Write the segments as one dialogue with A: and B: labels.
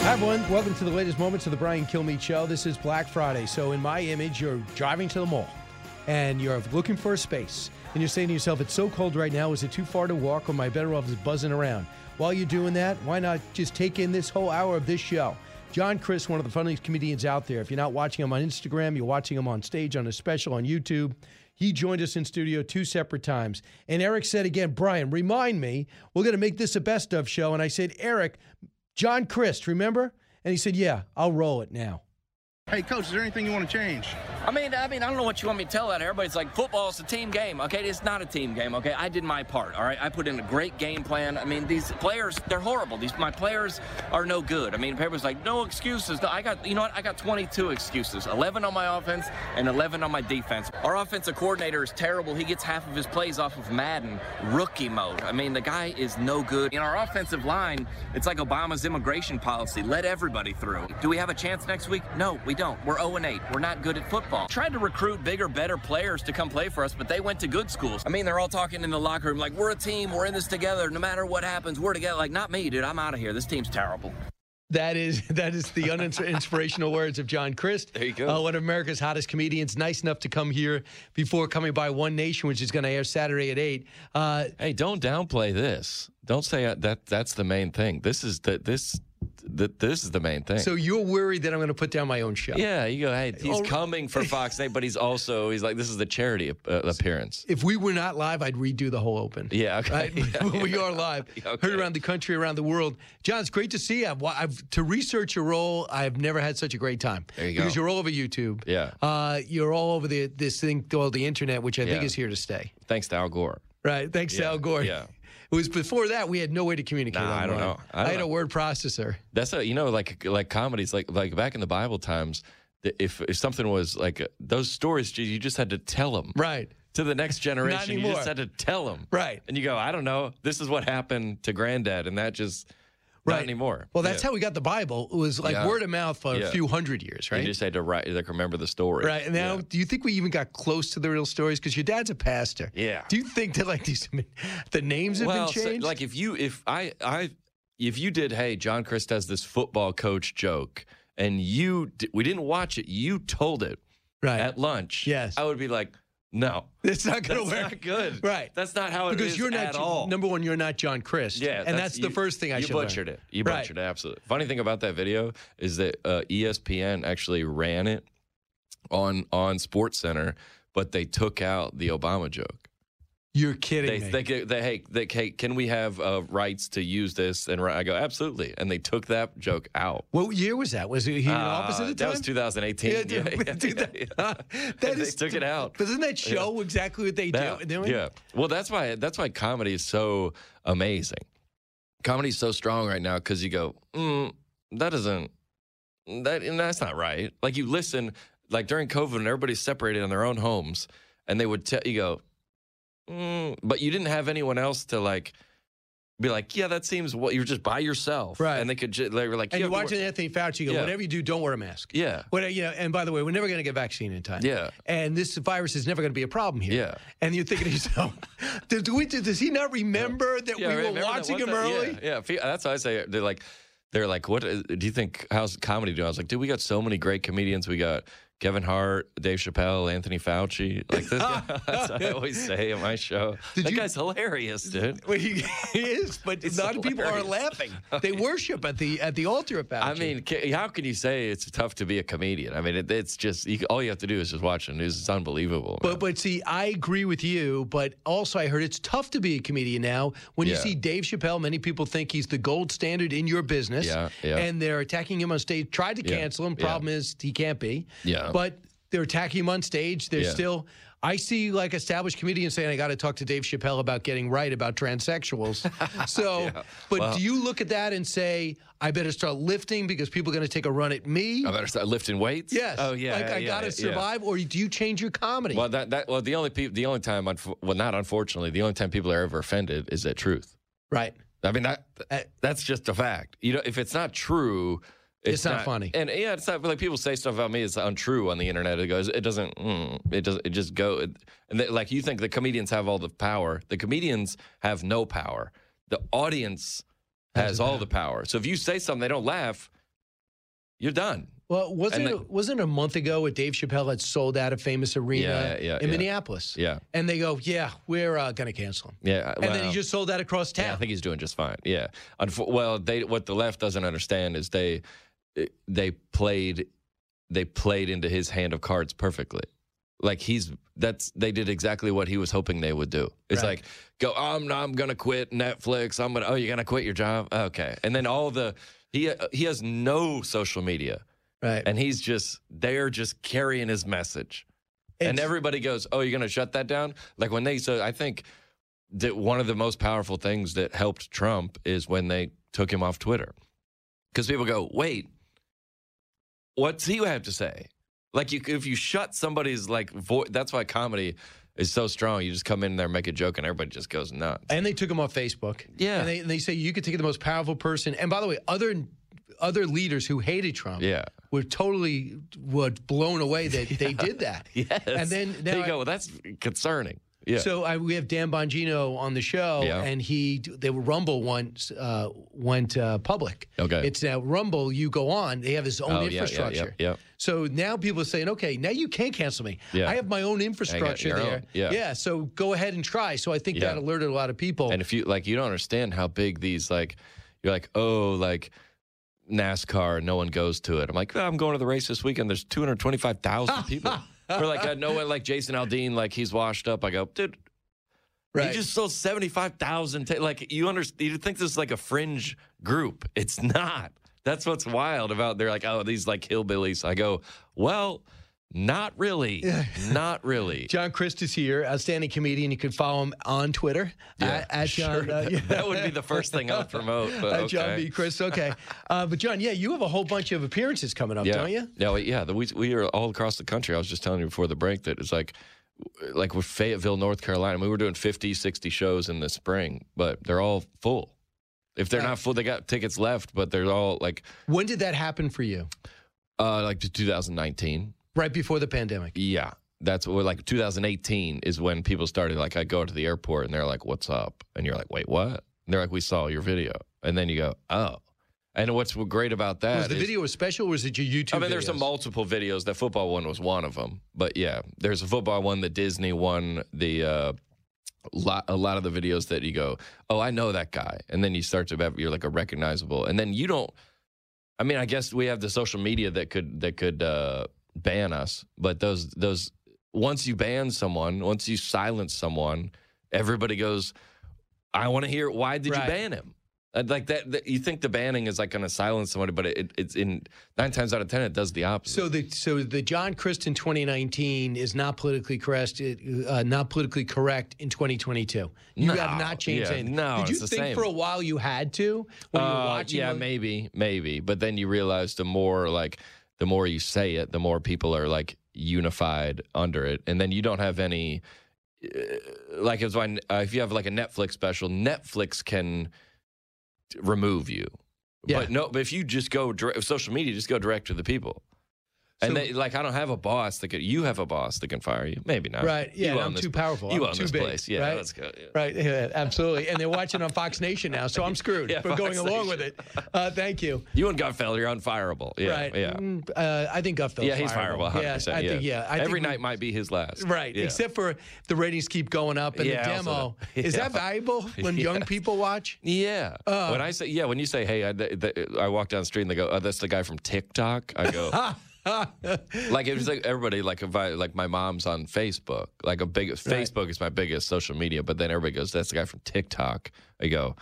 A: Hi, everyone. Welcome to the latest moments of the Brian Kilmeade Show. This is Black Friday. So, in my image, you're driving to the mall and you're looking for a space. And you're saying to yourself, it's so cold right now. Is it too far to walk or am I better off just buzzing around? While you're doing that, why not just take in this whole hour of this show? John Chris, one of the funniest comedians out there. If you're not watching him on Instagram, you're watching him on stage on a special on YouTube. He joined us in studio two separate times. And Eric said again, Brian, remind me, we're going to make this a best of show. And I said, Eric, John Christ, remember? And he said, Yeah, I'll roll it now.
B: Hey, coach, is there anything you want to change?
C: I mean, I mean, I don't know what you want me to tell that everybody's like football's a team game, okay? It's not a team game, okay? I did my part, all right? I put in a great game plan. I mean, these players, they're horrible. These my players are no good. I mean, Pepper's like, no excuses. No, I got, you know what? I got 22 excuses. 11 on my offense and 11 on my defense. Our offensive coordinator is terrible. He gets half of his plays off of Madden rookie mode. I mean, the guy is no good. In our offensive line, it's like Obama's immigration policy. Let everybody through. Do we have a chance next week? No, we don't. We're 0 8. We're not good at football. Tried to recruit bigger, better players to come play for us, but they went to good schools. I mean, they're all talking in the locker room like, we're a team. We're in this together. No matter what happens, we're together. Like, not me, dude. I'm out of here. This team's terrible.
A: That is that is the uninspirational words of John Christ. There you go. Uh, one of America's hottest comedians, nice enough to come here before coming by One Nation, which is going to air Saturday at eight. Uh,
D: Hey, don't downplay this. Don't say uh, that. That's the main thing. This is the this that this is the main thing.
A: so you're worried that I'm going to put down my own show?
D: yeah, you go. Hey, he's
A: Oh.
D: coming for Fox Nation, but he's also he's like this is the charity uh, appearance.
A: If we were not live, I'd redo the whole open.
D: Yeah, okay.
A: Right? But we are live.
D: Okay.
A: Heard around the country, around the world. John, it's great to see you. I've, wa- I've to research your role. I've never had such a great time.
D: There you go.
A: Because you're all over YouTube.
D: Yeah.
A: Uh, you're all over the this thing called the internet, which I think
D: Yeah.
A: is here to stay.
D: Thanks to Al Gore.
A: Right. Thanks to
D: Yeah,
A: Al Gore.
D: yeah.
A: It was before that we had no way to communicate.
D: Nah, I don't
A: online.
D: know. I don't
A: had a
D: know.
A: word processor.
D: That's a, you know like like comedies like like back in the Bible times. the- If, if something was like uh, those stories, gee, you just had to tell them
A: Right.
D: to the next generation. You
A: anymore.
D: just had to tell them,
A: Right.
D: And you go, I don't know. This is what happened to Granddad, and that just
A: Right
D: not anymore.
A: Well, that's
D: Yeah.
A: how we got the Bible. It was like
D: Yeah.
A: word of mouth for a
D: Yeah.
A: few hundred years, right?
D: you just had to write like remember the story,
A: Right. And Now,
D: Yeah.
A: do you think we even got close to the real stories? Because your dad's a pastor.
D: Yeah.
A: Do you think that like these the names have
D: well,
A: been
D: so,
A: changed?
D: like if you if I I if you did, hey, John Chris does this football coach joke, and you di- we didn't watch it, you told it
A: right.
D: at lunch.
A: Yes.
D: I would be like, no,
A: it's not going
D: that's
A: to work.
D: not good.
A: Right.
D: that's not how it
A: because
D: is
A: you're not
D: at all.
A: number one. You're not John Christ.
D: yeah,
A: And that's, the
D: you-
A: first thing I
D: you
A: should learn.
D: butchered it. You
A: Right.
D: butchered it. Absolutely. Funny thing about that video is that uh, ESPN actually ran it on on Sports Center, but they took out the Obama joke.
A: You're kidding
D: they,
A: me.
D: they, they, they, hey, they, hey, can we have uh, rights to use this? And I go, absolutely. And they took that joke out.
A: what year was that? Was he in office at
D: Uh,
A: the time?
D: That was 2018.
A: Yeah, dude, dude, that- that
D: they
A: is-
D: took it out.
A: Doesn't that show exactly what they do?
D: Yeah,
A: doing?
D: yeah. Well, that's why that's why comedy is so amazing. Comedy's so strong right now because you go, mm, that isn't that and that's not right. Like you listen, like during COVID and everybody's separated in their own homes, and they would tell you go, mm, but you didn't have anyone else to like be like, yeah, that seems what you're just by yourself,
A: Right.
D: And they could just they were like,
A: And
D: "You
A: you're
D: have to
A: watching
D: wear-"
A: Anthony Fauci you go,
D: Yeah.
A: whatever you do, don't wear a mask.
D: yeah,
A: What, you know, and by the way, we're never going to get vaccinated in time.
D: Yeah.
A: And this virus is never going to be a problem here.
D: Yeah.
A: And you're thinking to yourself, do, do we, does he not remember that
D: Yeah,
A: we
D: right,
A: were
D: remember that
A: watching
D: one
A: him
D: time?
A: early?
D: Yeah, yeah. Fe- that's why I say they're like, they're like, what is- do you think? How's comedy doing? I was like, dude, we got so many great comedians. We got Kevin Hart, Dave Chappelle, Anthony Fauci. Like this, guy, that's what I always say in my show. that
A: you-
D: guy's hilarious, dude.
A: Well, he, he is, but a lot of people are
D: hilarious.
A: laughing. They worship at the at the altar of Fauci.
D: I mean, ca- how can you say it's tough to be a comedian? I mean, it, it's just you, all you have to do is just watch the news. It's unbelievable. man.
A: But but see, I agree with you. But also, I heard it's tough to be a comedian now. When you
D: Yeah.
A: see Dave Chappelle, many people think he's the gold standard in your business,
D: Yeah, yeah.
A: and they're attacking him on stage. Tried to
D: Yeah,
A: cancel him.
D: yeah.
A: Problem is, he can't be.
D: Yeah.
A: But they're attacking him on stage. They're
D: Yeah.
A: still. I see like established comedians saying, "I got to talk to Dave Chappelle about getting right about transsexuals." so, but do you look at that and say, "I better start lifting because people are going to take a run at me"?
D: I better start lifting weights.
A: yes.
D: Oh yeah.
A: Like
D: yeah,
A: I
D: yeah,
A: got to
D: yeah.
A: survive, or do you change your comedy?
D: Well, that, that well the only peop the only time unf- well not unfortunately the only time people are ever offended is at truth.
A: right.
D: I mean that
A: Uh,
D: that's just a fact. You know, if it's not true, it's,
A: It's not funny.
D: And yeah, it's not like people say stuff about me. It's untrue on the internet. It goes. It doesn't. Mm, it doesn't. It just go. It, and they, like you think the comedians have all the power. The comedians have no power. The audience has, all the power. So if you say something, they don't laugh. You're done.
A: Well, wasn't
D: And
A: it, wasn't it a month ago where Dave Chappelle had sold out a famous arena
D: Yeah, yeah,
A: in
D: yeah.
A: Minneapolis?
D: Yeah.
A: And they go, "Yeah, we're uh, going to cancel him,"
D: Yeah.
A: and then
D: well.
A: he just sold out across town.
D: Yeah, I think he's doing just fine. Yeah. Unf- well, they what the left doesn't understand is they eh, they played they played into his hand of cards perfectly. Like he's that's they did exactly what he was hoping they would do. It's
A: Right.
D: like go I'm I'm going to quit Netflix. I'm going to Oh, you're going to quit your job? Okay. And then all the he he has no social media
A: right.
D: and he's just they're just carrying his message and
A: It's-
D: everybody goes, "Oh, you're going to shut that down?" Like when they so I think that one of the most powerful things that helped Trump is when they took him off Twitter. Cuz people go, "Wait, what's he have to say?" Like you if you shut somebody's like voice, that's why comedy is so strong. You just come in there, make a joke, and everybody just goes nuts.
A: and they took him off Facebook.
D: Yeah.
A: and they, they say you could take the most powerful person. And by the way, other other leaders who hated Trump,
D: Yeah.
A: were totally were blown away that they did that.
D: Yes.
A: and then now
D: there you
A: I-
D: go. Well, that's concerning. Yeah.
A: So I, we have Dan Bongino on the show,
D: Yeah.
A: and he the Rumble once uh, went uh, public.
D: Okay.
A: it's now Rumble. You go on; they have his own
D: Oh, yeah, yeah,
A: infrastructure.
D: yeah, yeah.
A: So now people are saying, "Okay, now you can't cancel me.
D: Yeah.
A: I have my own infrastructure
D: your own,
A: there.
D: yeah.
A: So go ahead and try." So I think
D: Yeah.
A: that alerted a lot of people.
D: And if you like, you don't understand how big these like, you're like, oh, like NASCAR, no one goes to it. I'm like, "Oh, I'm going to the race this weekend. There's 225,000 people. We're like, uh, no one like Jason Aldean, like he's washed up. I go, dude,
A: right.
D: you just sold 75,000. ta- like you understand, you think this is like a fringe group. It's not. That's what's wild about they're like, oh, these like hillbillies. I go, well, not really. Not really.
A: John Christ is here, outstanding comedian. You can follow him on Twitter at, at John. uh, yeah.
D: That would be the first thing I would promote. But
A: at John
D: okay.
A: B. Christ. Okay, uh, but John, yeah, you have a whole bunch of appearances coming up,
D: yeah.
A: don't you?
D: Yeah, we- yeah. The, we we are all across the country. I was just telling you before the break that it's like like with Fayetteville, North Carolina, we were doing 50, 60 shows in the spring, but they're all full. If they're not full, they got tickets left, but they're all like
A: When did that happen for you?
D: uh like to 2019.
A: Right before the pandemic.
D: Yeah. That's what like 2018 is when people started like I go to the airport and they're like, What's up? And you're like, Wait, what? And they're like, We saw your video. And then you go, Oh. And what's great about that
A: Was the
D: is-
A: video a special, or was it your YouTube?
D: I mean, there's
A: videos?
D: some multiple videos. That football one was one of them. But yeah, there's a football one, the Disney one, the uh, lot, a lot of the videos that you go, oh, I know that guy, and then you start to have, you're like a recognizable, and then you don't. I mean, I guess we have the social media that could that could uh, ban us, but those those once you ban someone, once you silence someone, everybody goes, I want to hear why did
A: Right.
D: you ban him? And Uh, Like that, that- you think the banning is like going to silence somebody, but it, it's in nine times out of ten it does the opposite.
A: So the so the John Christ in 2019 is not politically correct. Uh, not politically correct in 2022. You have
D: No,
A: not changed
D: yeah,
A: anything.
D: no,
A: Did you
D: it's the
A: think
D: same.
A: for a while you had to when you were
D: Uh,
A: watching?
D: yeah,
A: other-
D: maybe, maybe. But then you realize the more like the more you say it, the more people are like unified under it, and then you don't have any. uh, Like it's when uh, if you have like a Netflix special, Netflix can t- remove you.
A: Yeah.
D: But no, but if you just go direct, if social media, just go direct to the people. And
A: So-
D: they like, I don't have a boss that could. You have a boss that can fire you. Maybe not.
A: Right. Yeah.
D: You
A: and
D: own
A: I'm
D: this-
A: too powerful.
D: You
A: I'm
D: own
A: too
D: this
A: big,
D: place. Yeah.
A: Right?
D: Let's go. yeah.
A: Right. Yeah, absolutely. And they're watching on Fox Nation now, so I'm screwed
D: Yeah,
A: for going
D: Fox
A: along
D: Nation.
A: with it. Uh, thank you.
D: You and Godfeller, you're unfireable. Yeah.
A: right.
D: Yeah.
A: Mm, uh, I think Gutfeld's
D: Yeah, he's fireable. 100%,
A: Yeah, I think, yeah. I
D: Every
A: think we-
D: night might be his last.
A: Right,
D: Yeah.
A: except for the ratings keep going up and
D: Yeah,
A: the
D: I also
A: demo.
D: know.
A: Is
D: Yeah.
A: that valuable when young people watch?
D: Yeah.
A: Uh.
D: when I say yeah, when you say hey, I, th- th- I walk down the street and they go, oh, that's the guy from TikTok. I go. like it was like everybody like if I, like my mom's on Facebook like a big Facebook is my biggest social media but then everybody goes that's the guy from TikTok I go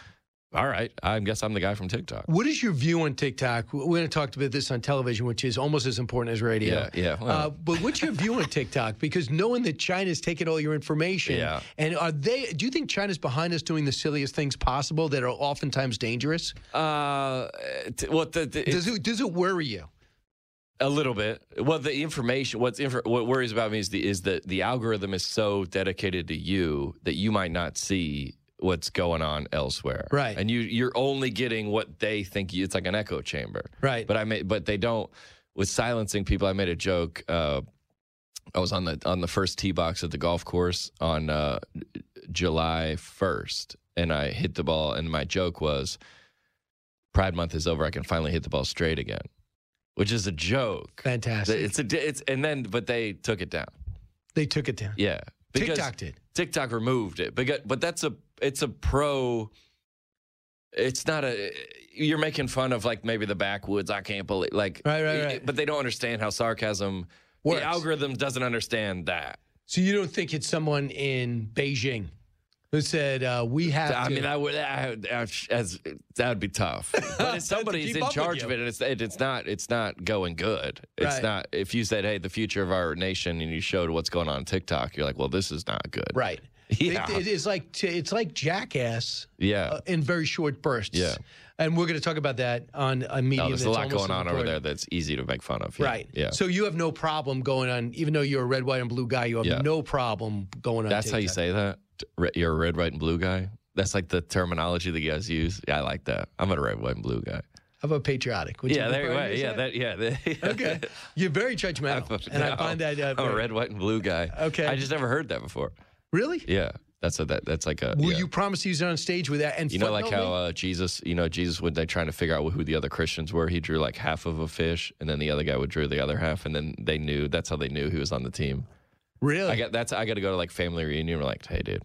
D: all right, I guess I'm the guy from TikTok.
A: What is your view on TikTok? We're going to talk about this on television, which is almost as important as radio.
D: Yeah, yeah, well.
A: Uh, but what's your view on TikTok? Because knowing that China's taking all your information,
D: Yeah.
A: and are they? Do you think China's behind us doing the silliest things possible that are oftentimes dangerous?
D: Uh, t- well, the, the,
A: Does it does it worry you?
D: A little bit. Well, the information, what's infor- what worries about me is the is that the algorithm is so dedicated to you that you might not see what's going on elsewhere.
A: Right.
D: And you you're only getting what they think. You, it's like an echo chamber.
A: Right.
D: But I made but they don't with silencing people. I made a joke. Uh, I was on the on the first tee box at the golf course on uh, July first, and I hit the ball. And my joke was, Pride Month is over. I can finally hit the ball straight again, which is a joke.
A: Fantastic.
D: It's a it's and then but they took it down.
A: they took it down.
D: Yeah,
A: TikTok did.
D: TikTok removed it, but but that's a it's a pro. It's not a you're making fun of like maybe the backwoods. I can't believe like
A: Right, right, right.
D: But they don't understand how sarcasm.
A: Works.
D: The algorithm doesn't understand that.
A: So you don't think it's someone in Beijing who said uh, we have?
D: I
A: to,
D: mean, I would I, I, as that would be tough. But if somebody's
A: keep
D: in
A: up with
D: charge of
A: you.
D: it, and it's it, it's not it's not going good. It's
A: Right.
D: not. If you said, "Hey, the future of our nation," and you showed what's going on on TikTok, you're like, "Well, this is not good."
A: right.
D: Yeah.
A: It- it is like t- it's like jackass.
D: Yeah.
A: uh, in very short bursts.
D: Yeah.
A: And we're going to talk about that on a medium.
D: no, Oh, there's a
A: that's
D: lot
A: almost
D: going on
A: as
D: over there
A: important.
D: that's easy to make fun of. Yeah.
A: Right.
D: Yeah.
A: So you have no problem going on, even though you're a red, white, and blue guy, you have
D: Yeah.
A: no problem going on.
D: That's how you
A: TikTok.
D: say that. Re- You're a red, white, and blue guy. That's like the terminology that you guys use. Yeah, I like that. I'm a red, white, and blue guy.
A: How about patriotic? Would
D: yeah, there you
A: prefer
D: go.
A: I use
D: Yeah, that. Yeah. that-
A: okay. You're very judgmental, and I
D: No,
A: find that uh,
D: I'm a
A: very-
D: red, white, and blue guy.
A: Okay.
D: I just never heard that before.
A: Really?
D: Yeah, that's a, that. That's like a.
A: Will
D: yeah.
A: you promise to use it on stage with that? And
D: You know, like
A: footnote me?
D: how uh, Jesus, you know, Jesus, when they trying to figure out who the other Christians were, he drew like half of a fish, and then the other guy would drew the other half, and then they knew. That's how they knew who was on the team.
A: really?
D: uh, I got that's I got to go to like family reunion. We're like, hey, dude,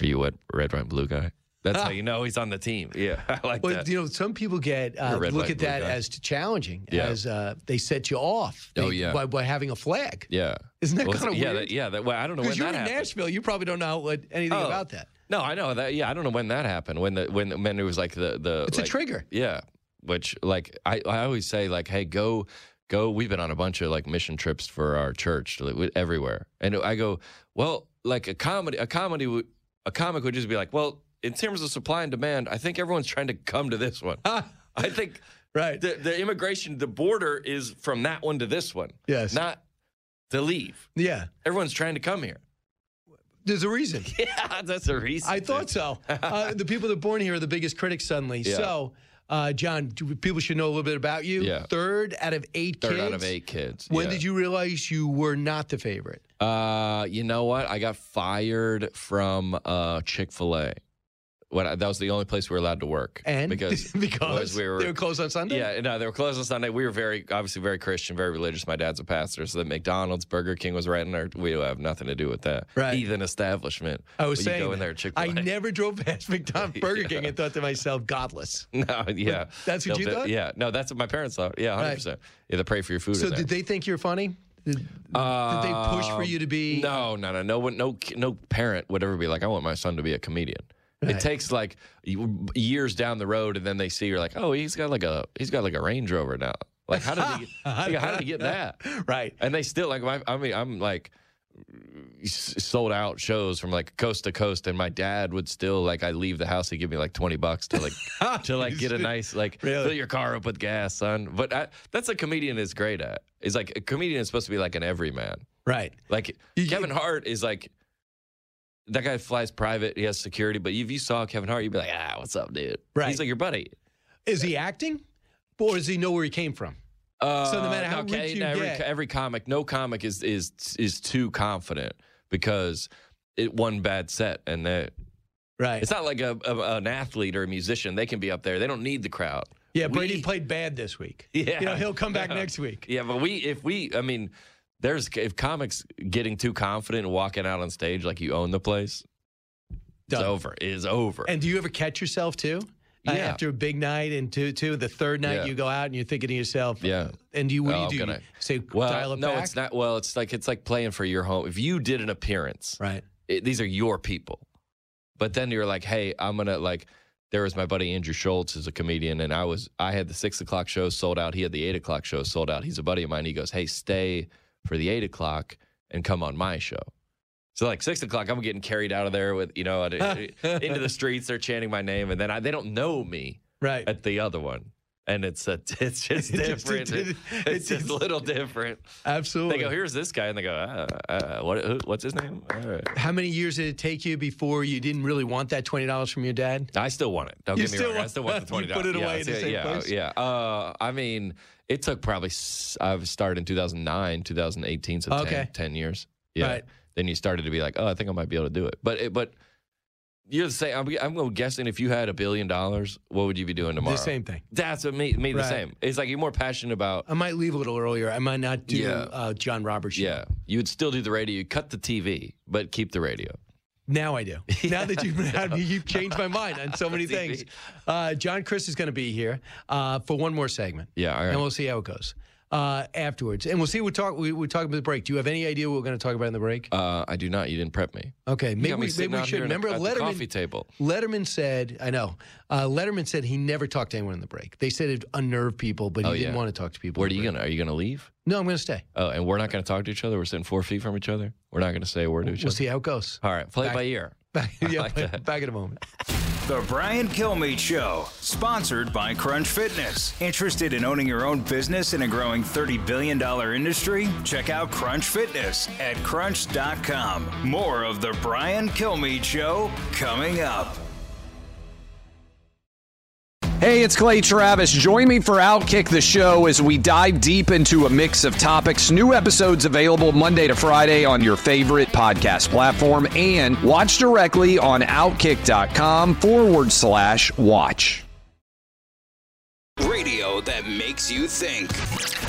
D: are you what red, white, and blue guy? That's how you know he's on the team. Yeah, I like
A: Well,
D: that.
A: you know, some people get uh,
D: You're a red,
A: look
D: white,
A: at
D: blue
A: that
D: guy.
A: as challenging,
D: Yeah.
A: as uh, they set you off.
D: Oh,
A: They-
D: yeah.
A: by, by having a flag.
D: yeah,
A: Isn't that
D: Well,
A: kinda
D: yeah,
A: weird?
D: That, yeah, that, well, I don't know when
A: Because
D: that
A: you're in
D: happened.
A: Nashville, you probably don't know what, anything
D: Oh.
A: about that.
D: No, I know that. Yeah, I don't know when that happened. When the when when it was like the the
A: It's a
D: like-
A: trigger.
D: Yeah, which like I I always say like, hey, go go. We've been on a bunch of like mission trips for our church like, we- everywhere, and I go well like a comedy a comedy would a comic would just be like, well, in terms of supply and demand, I think everyone's trying to come to this one. I think
A: Ah, Right.
D: the, the immigration the border is from that one to this one.
A: Yes.
D: not to leave.
A: Yeah.
D: Everyone's trying to come here.
A: There's a reason.
D: Yeah, that's a reason.
A: I
D: dude.
A: thought so. Uh, the people that are born here are the biggest critics suddenly.
D: Yeah.
A: So, uh, John, do- people should know a little bit about you.
D: Yeah.
A: Third out of eight
D: Third
A: kids.
D: out of eight kids.
A: When
D: yeah.
A: did you realize you were not the favorite?
D: Uh, you know what? I got fired from uh, Chick Fil A. When I, that was the only place we were allowed to work,
A: And
D: because
A: because
D: we were,
A: they were closed on Sunday?
D: yeah, no, they were closed on Sunday. We were very obviously very Christian, very religious. My dad's a pastor, so the McDonald's, Burger King was right in our. We have nothing to do with that
A: Right.
D: heathen establishment.
A: I was
D: But
A: saying
D: you go in
A: that.
D: there, Chick
A: I
D: Fil A.
A: never drove past McDonald's Burger
D: Yeah.
A: King and thought to myself, godless.
D: no, yeah,
A: That's what
D: They'll
A: you
D: do-
A: thought?
D: Yeah, no, that's what my parents thought. Yeah, hundred percent. Yeah, they pray for your food.
A: So
D: in there. Um,
A: did they think you're funny? Did, did they push for you to be?
D: No, no, no, no one, no, no parent would ever be like, I want my son to be a comedian. It takes like years down the road, and then they see you're like, oh, he's got like a he's got like a Range Rover now. Like, how did he? like, how did he get that?
A: Right.
D: And they still like, my, I mean, I'm like s- sold out shows from like coast to coast, and my dad would still like, I leave the house, he'd give me like twenty bucks to like to like get a nice like
A: Really?
D: fill your car up with gas, son. But I, that's what comedian is great at. Is like a comedian is supposed to be like an everyman.
A: Right.
D: Like Kevin Hart is like that guy flies private. He has security, but if you saw Kevin Hart, you'd be like, ah, what's up, dude?
A: Right.
D: He's like your buddy.
A: Is he acting? Or does he know where he came from?
D: Uh,
A: no matter how
D: okay,
A: rich you
D: every,
A: get-
D: every comic, no comic is is is too confident because it one bad set and that
A: Right.
D: it's not like a, a an athlete or a musician. They can be up there. They don't need the crowd.
A: Yeah, Brady
D: We-
A: played bad this week.
D: Yeah.
A: You know, he'll come back next week.
D: Yeah, but we if we I mean there's if comics getting too confident and walking out on stage like you own the place,
A: Done.
D: it's over. It is over.
A: And do you ever catch yourself too? Uh,
D: Yeah.
A: after a big night and two, two, the third night
D: Yeah.
A: you go out and you're thinking to yourself,
D: Yeah.
A: And you, what
D: Oh, I'm
A: do you do?
D: gonna-
A: You say,
D: Well,
A: dial it
D: no,
A: back?
D: it's not. Well, it's like it's like playing for your home. If you did an appearance,
A: Right.
D: it, these are your people, but then you're like, hey, I'm gonna like. there was my buddy Andrew Schultz, who's a comedian, and I was I had the six o'clock show sold out. He had the eight o'clock show sold out. He's a buddy of mine. He goes, "Hey, stay for the eight o'clock and come on my show." So like six o'clock, I'm getting carried out of there with you know uh, into the streets. They're chanting my name, and then I, they don't know me
A: Right.
D: at the other one, and it's a, it's just
A: It just-
D: different.
A: it- it-
D: it's
A: it's-
D: just a little different.
A: Absolutely.
D: They go, "Here's this guy," and they go, uh, uh, "What? who- What's his name?" Uh, All right.
A: How many years did it take you before you didn't really want that twenty dollars from your dad?
D: I still want it. Don't
A: You
D: get me
A: still
D: wrong. I
A: want-
D: still want the
A: You
D: twenty dollars.
A: put it
D: yeah,
A: away in the
D: yeah,
A: safe
D: yeah,
A: place?
D: yeah. Uh, I mean, it took probably s- I started in 2009, 2018, so 10
A: Okay.
D: 10, years. Yeah.
A: Right.
D: Then you started to be like, oh, I think I might be able to do it. But it, but you're the same. I'm, I'm guessing if you had a billion dollars, what would you be doing tomorrow?
A: The same thing.
D: That's what me me the
A: Right. Oh,
D: same. It's like you're more passionate about.
A: I might leave a little earlier. I might not do
D: Yeah.
A: uh, John Roberts. show.
D: Yeah, you would still do the radio. You cut the TV, but keep the radio.
A: Now I do. Now that you've you've changed my mind on so many
D: TV.
A: things. Uh, John Chris is going to be here uh, for one more segment.
D: Yeah, all right.
A: and we'll see how it goes uh, afterwards. And we'll see. We'll talk. We, we'll talk about the break. Do you have any idea what we're going to talk about in the break?
D: Uh, I do not. You didn't prep me.
A: Okay,
D: You
A: maybe
D: got me
A: we,
D: sitting
A: maybe we
D: out
A: should
D: here in a-
A: remember
D: at the coffee
A: Letterman.
D: table.
A: Letterman said, "I know." Uh, Letterman said he never talked to anyone in the break. They said it unnerved people, but he
D: Oh,
A: didn't
D: yeah.
A: want to talk to people.
D: Where
A: in
D: are
A: the
D: you
A: break.
D: gonna? Are you gonna leave?
A: No, I'm going to stay.
D: Oh, and we're not going to talk to each other. We're sitting four feet from each other. We're not going to say a word to each
A: We'll
D: other.
A: see how it goes.
D: All right, play it
A: Back-
D: by ear.
A: Back, yeah,
D: like
A: back-
D: that.
A: back in a moment.
E: The Brian Kilmeade Show, sponsored by Crunch Fitness. Interested in owning your own business in a growing $30 billion industry? Check out Crunch Fitness at crunch.com. More of The Brian Kilmeade Show coming up.
F: Hey, it's Clay Travis. Join me for Outkick the Show as we dive deep into a mix of topics. New episodes available Monday to Friday on your favorite podcast platform and watch directly on outkick.com forward slash watch.
E: Radio that makes you think.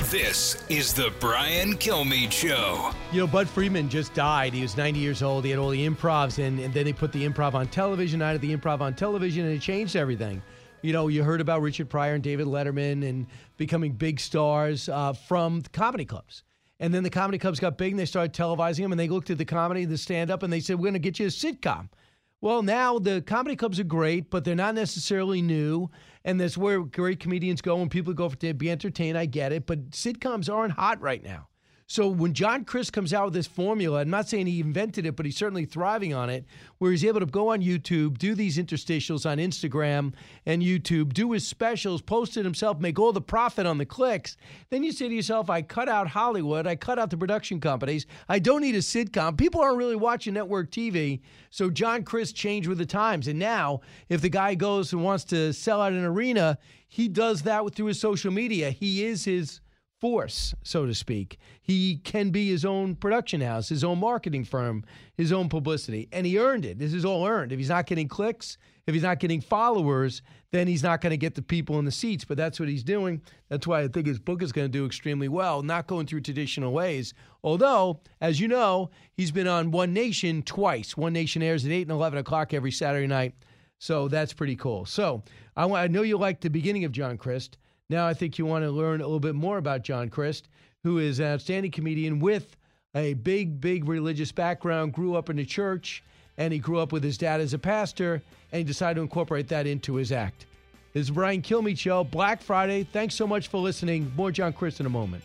E: This is The Brian Kilmeade Show.
A: You know, Bud Friedman just died. He was 90 years old. He had all the improvs, and, and then they put the improv on television, Night at the improv on television, and it changed everything. You know, you heard about Richard Pryor and David Letterman and becoming big stars uh, from the comedy clubs. And then the comedy clubs got big and they started televising them, and they looked at the comedy, the stand up, and they said, We're going to get you a sitcom. Well, now the comedy clubs are great, but they're not necessarily new. And that's where great comedians go and people go for to be entertained. I get it. But sitcoms aren't hot right now. So when John Chris comes out with this formula, I'm not saying he invented it, but he's certainly thriving on it, where he's able to go on YouTube, do these interstitials on Instagram and YouTube, do his specials, post it himself, make all the profit on the clicks. Then you say to yourself, I cut out Hollywood, I cut out the production companies, I don't need a sitcom. People aren't really watching network TV. So John Chris changed with the times. And now if the guy goes and wants to sell out an arena, he does that with- through his social media. He is his force, so to speak. He can be his own production house, his own marketing firm, his own publicity. And he earned it. This is all earned. If he's not getting clicks, if he's not getting followers, then he's not going to get the people in the seats. But that's what he's doing. That's why I think his book is going to do extremely well, not going through traditional ways. Although, as you know, he's been on One Nation twice. One Nation airs at 8 and 11 o'clock every Saturday night. So that's pretty cool. So I, wa- I know you liked the beginning of John Christ. Now I think you want to learn a little bit more about John Christ, who is an outstanding comedian with a big, big religious background, grew up in the church, and he grew up with his dad as a pastor, and he decided to incorporate that into his act. This is Brian Kilmeade Show, Black Friday. Thanks so much for listening. More John Christ in a moment.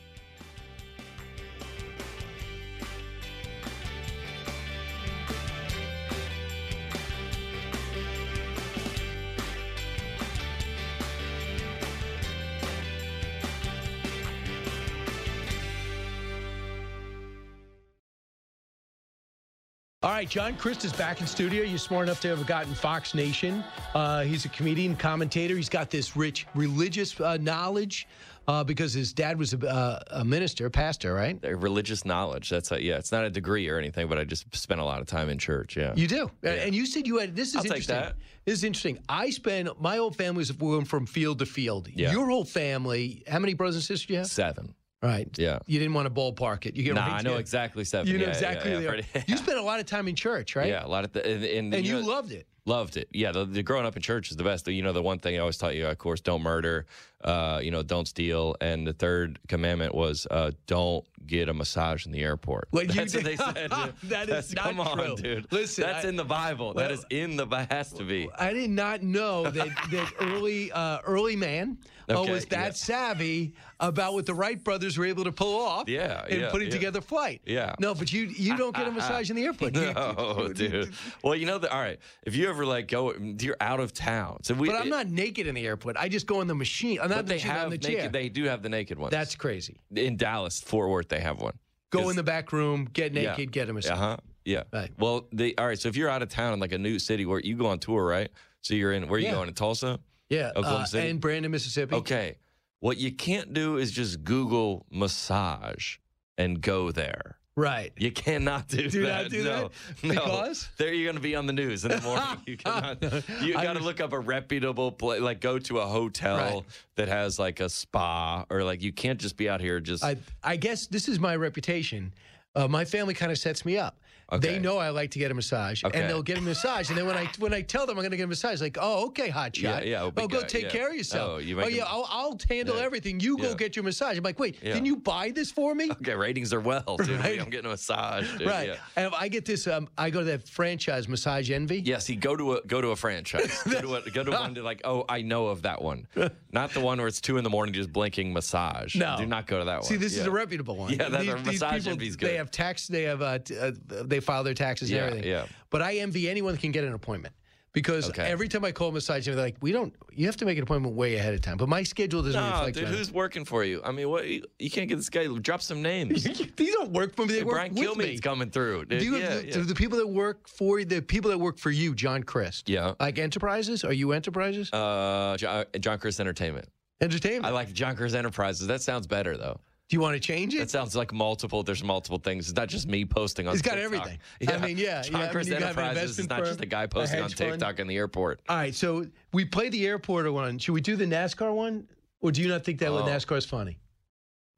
A: All right, John Christ is back in studio. You're smart enough to have gotten Fox Nation. Uh, he's a comedian, commentator. He's got this rich religious uh, knowledge uh, because his dad was a, uh, a minister, pastor, right?
D: Their religious knowledge. That's a, yeah. It's not a degree or anything, but I just spent a lot of time in church. Yeah.
A: You do, and you said you had. This is
D: I'll take
A: interesting.
D: that.
A: This is interesting. I spend my whole family's went from field to field.
D: Yeah.
A: Your whole family. How many brothers and sisters do you have?
D: seven.
A: Right.
D: Yeah.
A: You didn't want to ballpark it. You get
D: Nah,
A: right
D: I know
A: to-
D: exactly seven.
A: You know
D: Yeah, yeah,
A: exactly.
D: yeah,
A: who they are.
D: pretty-
A: You spent a lot of time in church, right?
D: Yeah, a lot of the, and, and, uh,
A: And you,
D: know-
A: loved it.
D: loved it. Yeah, the, the growing up in church is the best. You know, the one thing I always taught you, of course, don't murder. Uh, you know, don't steal, and the third commandment was uh, don't get a massage in the airport.
G: Like you
D: That's what they
G: did-
D: said. dude.
G: That
D: That's-
G: is not
D: come on,
G: true.
D: dude.
G: Listen,
D: that's
G: I-
D: in the Bible. that
G: Well-
D: is in the Bible. Has to be.
A: I did not know that that early uh, early man uh,
D: Okay,
A: was that
D: yeah.
A: savvy about what the Wright brothers were able to pull off
D: Yeah,
A: in
D: yeah,
A: putting
D: yeah.
A: together flight.
D: Yeah.
A: No, but you you don't get a massage in the airport. You-
D: No, dude. Well, you know that. All right. If you ever like go, you're out of town. So we.
A: but I'm not naked in the airport. I just go in the machine. I'm not
D: But they
A: machine,
D: have
A: on the
D: naked.
A: chair.
D: They do have the naked ones.
A: That's crazy.
D: in Dallas, Fort Worth. They have one.
A: Go in
D: Is-
A: the back room, get
D: Yeah.
A: naked, get a massage.
D: Uh huh. Yeah.
A: Right.
D: Well, they all right. So if you're out of town in like a new city where you go on tour, right? So you're in where are you
A: Yeah.
D: going in Tulsa?
A: Yeah,
D: Oklahoma
A: uh,
D: City?
A: and Brandon, Mississippi.
D: Okay. What you can't do is just Google massage and go there.
A: right.
D: You cannot do,
A: Do not
D: that.
A: do
D: no,
A: that?
D: no.
A: Because?
D: there you're going to be on the news in the morning. You cannot. You
A: I
D: got to
A: was-
D: look up a reputable place. Like go to a hotel
A: Right.
D: that has like a spa, or like you can't just be out here just.
A: I I guess this is my reputation. Uh, my family kind of sets me up. They
D: Okay.
A: know I like to get a massage,
D: Okay.
A: and they'll get a massage. And then when I when I tell them I'm going to get a massage, like, oh, okay, hot
D: Yeah,
A: shot.
D: yeah,
A: Oh,
D: it'll be
A: go
D: good,
A: take
D: yeah.
A: care of yourself.
D: Oh, you
A: oh
D: make
A: yeah,
D: them-
A: I'll, I'll handle
D: Yeah.
A: everything. You go
D: Yeah.
A: get your massage. I'm like, wait,
D: Yeah.
A: didn't you buy this for me?
D: okay, ratings are well, dude.
A: Right.
D: I'm getting a massage, dude.
A: right.
D: Yeah.
A: And if I get this, um, I go to that franchise, Massage Envy.
D: Yes, he go to a go to a franchise. go, to a, go to one to like, oh, I know of that one, not the one where it's two in the morning just blinking massage.
A: No.
D: do not go to that one.
A: See, this is
D: Yeah.
A: a reputable one.
D: Yeah, that-
A: These-
D: our
A: these
D: massage
A: people,
D: envy's
A: They
D: good.
A: have tax. They have. Uh, t- uh, they file their taxes
D: Yeah,
A: and everything.
D: yeah.
A: But I envy anyone that can get an appointment because
D: Okay.
A: every time I call a massage, envy, they're like, "We don't. You have to make an appointment way ahead of time." But my schedule doesn't
D: No,
A: reflect
D: dude,
A: that.
D: who's working for you? I mean, what you, you can't get this guy. Drop some names.
A: These don't work for me. They
D: Hey,
A: work
D: Brian
A: with me.
D: Kilmeade's coming through.
A: Do
D: Dude.
A: you
D: yeah,
A: have the,
D: yeah.
A: do the people that work for the people that work for you, John Christ?
D: Yeah.
A: Like enterprises? Are you enterprises?
D: Uh, Jo- uh, John Chris Entertainment.
A: Entertainment.
D: I like John Chris Enterprises. That sounds better though.
A: do you want to change
D: That
A: it?
D: sounds like multiple. There's multiple things. It's not just me posting on.
A: It's got
D: TikTok.
A: everything. I mean, yeah, yeah, I
D: John
A: mean,
D: Chris
A: you got an
D: Enterprises is
A: investment
D: not just
A: firm,
D: a guy
A: a
D: posting on
A: hedge fund.
D: TikTok in the airport.
A: All right. So we play the airport one. Should we do the NASCAR one, or do you not think that one
D: Oh.
A: NASCAR is funny?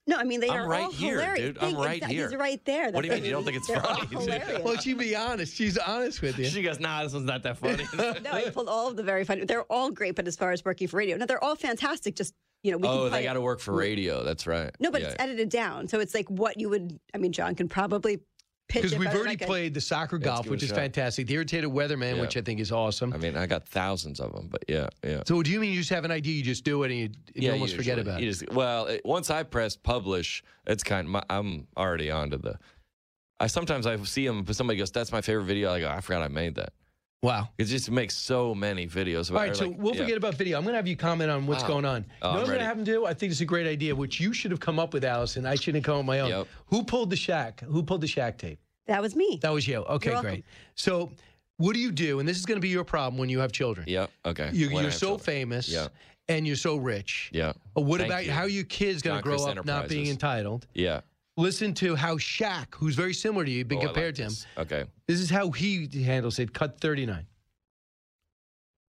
H: No, I mean they
D: I'm
H: are
D: right
H: all
D: here,
H: hilarious.
D: dude. I'm
H: Think-
D: right
H: exact-
D: here.
H: He's right there.
D: What do you
H: That's
D: mean you don't think it's
H: They're all
D: funny, dude?
H: hilarious.
A: Well, she'd be honest. She's honest with you.
D: She goes, Nah, this one's not that funny.
H: no, I pulled all of the very funny. They're all great, but as far as working for radio, no, they're all fantastic. Just you know, we
D: oh,
H: can play
D: they got to
H: it.
D: work for radio. That's right.
H: No, but
D: Yeah.
H: it's edited down, so it's like what you would. I mean, John can probably pitch
A: Because
H: it
A: we've
H: better than
A: already
H: I could.
A: played the soccer
D: let's
A: golf,
D: give it
A: which
D: a
A: is
D: shot.
A: fantastic. The irritated weatherman,
D: Yeah.
A: which I think is awesome.
D: I mean, I got thousands of them, but yeah, yeah.
A: so, do you mean you just have an idea, you just do it, and you, and you almost forget
D: usually.
A: about
D: You
A: it?
D: just- well, it, once I press publish, it's kind. my, I'm already onto the. I sometimes I see them, but somebody goes, "That's my favorite video." I go, "I forgot I made that."
A: Wow.
D: It just makes so many videos.
A: All right, so we'll forget about video. I'm going to have you comment on what's
D: Wow.
A: going on.
D: Oh,
A: you know what
D: I'm
A: I'm going to
D: ready.
A: have him do? I think it's a great idea, which you should have come up with, Allison. I shouldn't have come up with my own.
D: Yep.
A: Who pulled the shack? Who pulled the shack tape?
H: That was me.
A: That was you. Okay,
H: welcome.
A: great. So, what do you do? And this is going to be your problem when you have children.
D: Yep. Okay.
A: You,
D: When I
A: you're
D: have
A: so
D: children.
A: famous
D: Yeah.
A: and you're so rich.
D: Yeah.
A: Uh, What
D: Thank
A: about
D: you.
A: how are your kids going to
D: John
A: grow
D: Chris
A: up not being
D: Enterprises.
A: entitled?
D: Yeah.
A: Listen to how Shaq, who's very similar to you, been
D: Oh, I like
A: compared to him.
D: this. Okay.
A: This is how he handles it. Cut 39.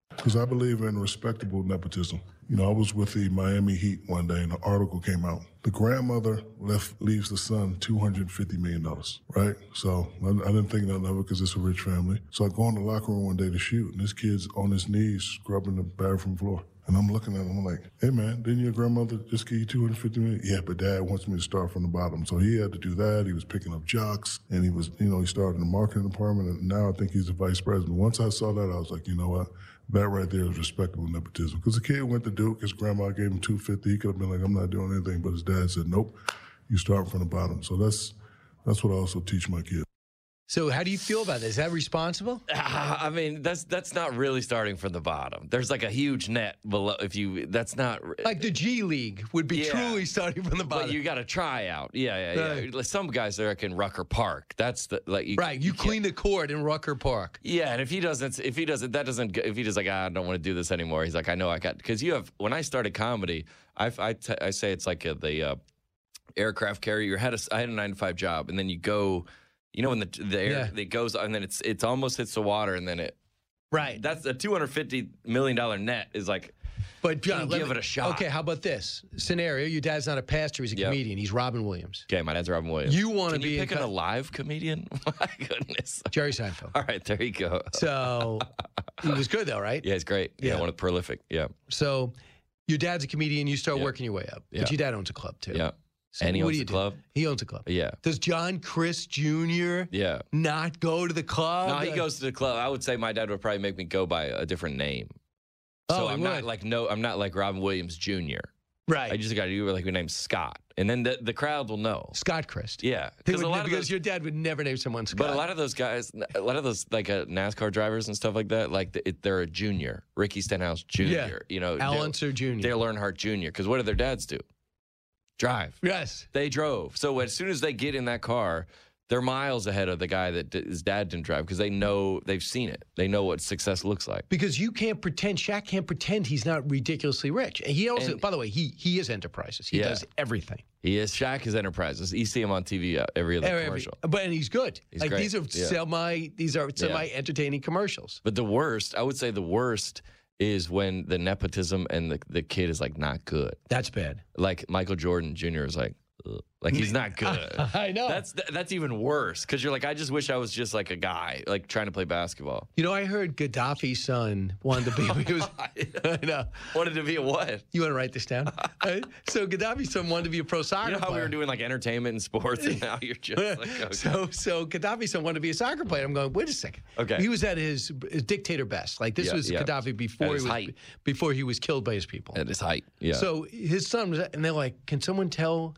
I: Because I believe in respectable nepotism. You know, I was with the Miami Heat one day and an article came out. The grandmother left leaves the son $250 million, right? So I, I didn't think nothing of it because it's a rich family. So I go in the locker room one day to shoot, and this kid's on his knees scrubbing the bathroom floor. And I'm looking at him, I'm like, hey man, didn't your grandmother just give you 250 million? Yeah, but dad wants me to start from the bottom. So he had to do that. He was picking up jocks and he was, you know, he started in the marketing department and now I think he's the vice president. Once I saw that, I was like, you know what? That right there is respectable nepotism. Because the kid went to Duke, his grandma gave him 250. He could have been like, I'm not doing anything. But his dad said, nope, you start from the bottom. So that's, that's what I also teach my kids.
A: So, how do you feel about this? Is that responsible?
D: Ah, I mean, that's that's not really starting from the bottom. There's like a huge net below. If you, that's not re-
A: Like the G League would be
D: Yeah.
A: truly starting from the bottom.
D: But you got to try out. Yeah, yeah, yeah.
A: Right.
D: Like, Some guys there can Rucker Park. That's the like you,
A: right. You,
D: can't-
A: clean the court in Rucker Park.
D: Yeah, and if he doesn't, if he doesn't, that doesn't. go- If he just like, ah, I don't want to do this anymore. He's like, I know I got because you have. When I started comedy, I I, t- I say it's like a, the uh, aircraft carrier. You had a s- I had a nine to five job, and then you go, you know, when the the air
A: Yeah.
D: it goes, and then it's it's almost hits the water, and then it.
A: Right.
D: That's a two hundred fifty million dollar net is like.
A: but, John,
D: you
A: let
D: give
A: me-
D: it a shot.
A: Okay, how about this scenario? Your dad's not a pastor, he's a
D: Yep.
A: comedian. He's Robin Williams,
D: Okay, my dad's Robin Williams.
A: You wanna
D: Can
A: be
D: you
A: in
D: picking
A: co-
D: a live comedian? Oh my goodness.
A: Jerry Seinfeld.
D: All right, there you go.
A: So, he was good, though, right?
D: Yeah, it's great. Yeah,
A: Yeah.
D: one of the prolific. Yeah,
A: So your dad's a comedian, you start
D: Yeah.
A: working your way up.
D: Yeah.
A: But your dad owns a club too.
D: yeah.
A: So
D: And he
A: what
D: owns
A: do you
D: the
A: do?
D: club?
A: He owns a club.
D: Yeah.
A: Does John Chris Jr.
D: Yeah.
A: not go to the club?
D: No, he goes to the club. I would say my dad would probably make me go by a different name.
A: Oh,
D: So
A: he
D: I'm
A: would.
D: not like no, I'm not like Robin Williams Jr.
A: right.
D: I just got you were like your name's Scott, and then the, the crowd will know.
A: Scott Christ.
D: Yeah,
A: They
D: because a
A: would-
D: lot of
A: because
D: those,
A: your dad would never name someone Scott.
D: but a lot of those guys, a lot of those like uh, NASCAR drivers and stuff like that, like it, they're a junior, Ricky Stenhouse Jr.
A: Yeah.
D: You know,
A: Al
D: Dale-
A: Unser Jr.
D: Dale Earnhardt Jr. Because what do their dads do? Drive.
A: yes.
D: They drove. So as soon as they get in that car, they're miles ahead of the guy that d- his dad didn't drive because they know they've seen it. They know what success looks like.
A: Because you can't pretend Shaq can't pretend he's not ridiculously rich. And he also
D: And-
A: by the way, he he is enterprises. He
D: Yeah.
A: does everything.
D: He is Shaq is Enterprises. You see him on TV uh, every other
A: Every-
D: commercial.
A: but and he's good.
D: He's
A: like
D: great.
A: these are
D: Yeah.
A: semi these are semi entertaining commercials.
D: But the worst, I would say the worst is when the nepotism and the, the kid is like not good.
A: That's bad.
D: Like Michael Jordan Jr. is like, "Ugh." like he's not good.
A: I know.
D: That's th- that's even worse because you're like, I just wish I was just like a guy, like trying to play basketball.
A: you know, I heard Gaddafi's son wanted to be he was I know.
D: Wanted to be a what?
A: You want to write this down? Uh, so Gaddafi's son wanted to be a pro soccer
D: You know how we
A: player.
D: were doing like entertainment and sports, and now you're just like, okay.
A: So, so Gaddafi's son wanted to be a soccer player. I'm going. Wait a second.
D: Okay.
A: He was at his, his dictator best. Like this
D: Yeah,
A: was
D: yeah.
A: Gaddafi before
D: At
A: he
D: his
A: was
D: height.
A: before he was killed by his people.
D: at his height. Yeah.
A: So his son was, and they're like, "Can someone tell?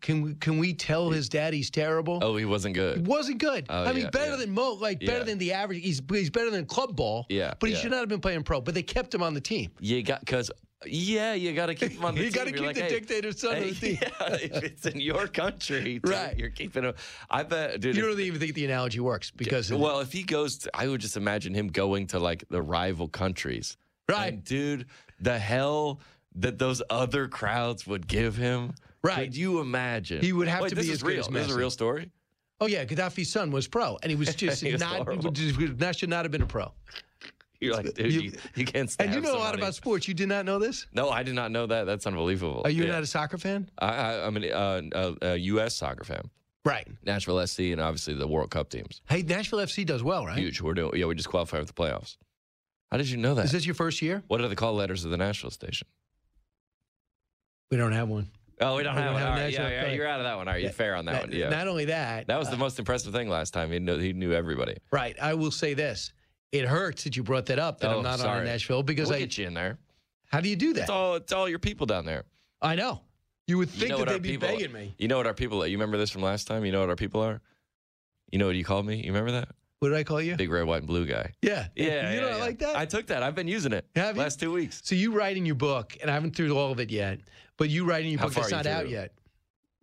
A: Can we? Can we tell his dad he's terrible?
D: oh, he wasn't
A: It
D: good.
A: wasn't good.
D: Oh,
A: I mean,
D: yeah,
A: better
D: yeah.
A: than Mo, like better
D: Yeah.
A: than the average. He's he's better than club ball.
D: Yeah,
A: but he
D: yeah.
A: should not have been playing pro. But they kept him on the team.
D: You got because yeah, you got to keep him on the
A: You
D: team.
A: gotta
D: You're
A: keep
D: like,
A: the
D: hey,
A: dictator's son on
D: hey,
A: the team.
D: Yeah, if it's in your country, dude,
A: Right.
D: You're keeping him. I bet, dude.
A: You
D: if-
A: don't even think the analogy works because of-
D: well, if he goes, to, I would just imagine him going to like the rival countries.
A: Right.
D: And, dude, the hell that those other crowds would give him.
A: Right.
D: Could you imagine?
A: He would have
D: Wait,
A: to
D: this
A: be
D: is
A: as good
D: real.
A: as
D: this is a
A: Messi.
D: real story.
A: oh yeah, Gaddafi's son was pro, and he was just
D: He was
A: not
D: horrible.
A: just- not should not have been a pro.
D: You're like, dude,
A: You-
D: you, you, can't stab
A: And you know a lot
D: somebody.
A: about sports. You did not know this?
D: No, I did not know that. That's unbelievable.
A: Are you
D: Yeah.
A: not a soccer fan?
D: I, I, I'm an, uh, a, a U.S. soccer fan,
A: Right.
D: Nashville SC, and obviously the World Cup teams.
A: Hey, Nashville FC does well, right?
D: Huge. We're doing. Yeah, we just qualified with the playoffs. How did you know that?
A: Is this your first year?
D: what are the call letters of the Nashville station?
A: We don't have one.
D: Oh, we don't
A: We
D: have
A: don't
D: one.
A: have
D: All right,
A: Nashville
D: yeah, yeah,
A: play.
D: you're out of that one. Are you fair on that one? Yeah.
A: Not only that, uh,
D: That was the most impressive thing last time. He knew, he knew everybody.
A: right. I will say this: it hurts that you brought that up that
D: Oh,
A: I'm not on
D: sorry.
A: Nashville because
D: we'll
A: I.
D: get you in there.
A: How do you do that?
D: It's all it's all your people down there.
A: I know. You would think
D: you know
A: that
D: what our
A: they'd be
D: people.
A: begging me.
D: You know what our people are. You remember this from last time? You know what our people are. You know what you called me? You remember that
A: What did I call you?
D: big red, white, and blue guy?
A: Yeah.
D: Yeah,
A: You know
D: yeah,
A: I
D: yeah.
A: like that.
D: I took that. I've been using it
A: Have you?
D: last two weeks.
A: so you write in your book, and I haven't through all of it yet, but you write in your
D: How
A: book
D: far
A: that's
D: are you
A: not out
D: through?
A: yet.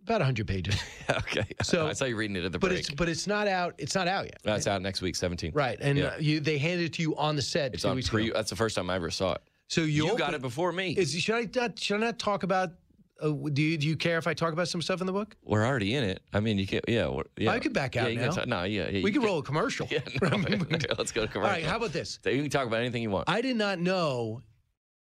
A: About hundred pages,
D: okay.
A: So-
D: I saw you reading it at the
A: but
D: break.
A: it's but it's not out. It's not out yet.
D: That's out next week, 17th.
A: Right, and
D: Yeah.
A: uh, you they handed it to you on the set
D: It's
A: two
D: on
A: weeks
D: pre.
A: ago.
D: That's the first time I ever saw it.
A: So you,
D: You, got
A: open-
D: it before me.
A: Is should I not should I not talk about? Uh, do you do you care if I talk about some stuff in the book?
D: We're already in it. I mean, you can't. Yeah, we're- yeah.
A: I could Oh, back
D: Yeah,
A: out
D: you can
A: now.
D: talk- no, yeah, yeah, you
A: we can roll a commercial.
D: Yeah, no, let's go to
A: All
D: commercial.
A: right, how about this?
D: So you can talk about anything you want.
A: I did not know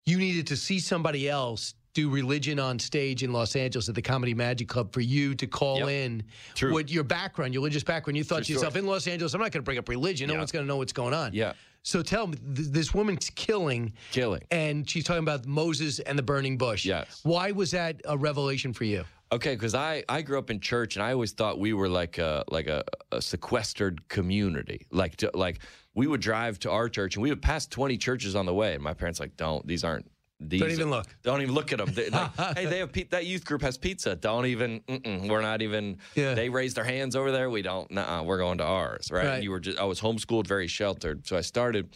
A: you needed to see somebody else do religion on stage in Los Angeles at the Comedy Magic Club for you to call
D: Yep.
A: in
D: True.
A: what your background, your religious background. You thought to
D: True
A: yourself, in Los Angeles, I'm not going to bring up religion. No
D: Yeah.
A: one's going to know what's going on.
D: yeah,
A: So tell me, th- this woman's killing,
D: killing.
A: and she's talking about Moses and the burning bush.
D: Yes.
A: Why was that a revelation for you?
D: Okay, because I, I grew up in church and I always thought we were like a like a, a sequestered community. Like to, like we would drive to our church and we would pass twenty churches on the way, and my parents like don't these aren't these
A: Don't even
D: are-
A: look.
D: don't even look at them. They, like, hey, they have pe- that youth group has pizza. Don't even mm-mm, we're not even.
A: Yeah.
D: They raise their hands over there. We don't. Nuh-uh, we're going to ours, right?
A: Right.
D: And you were just I was homeschooled, very sheltered, so I started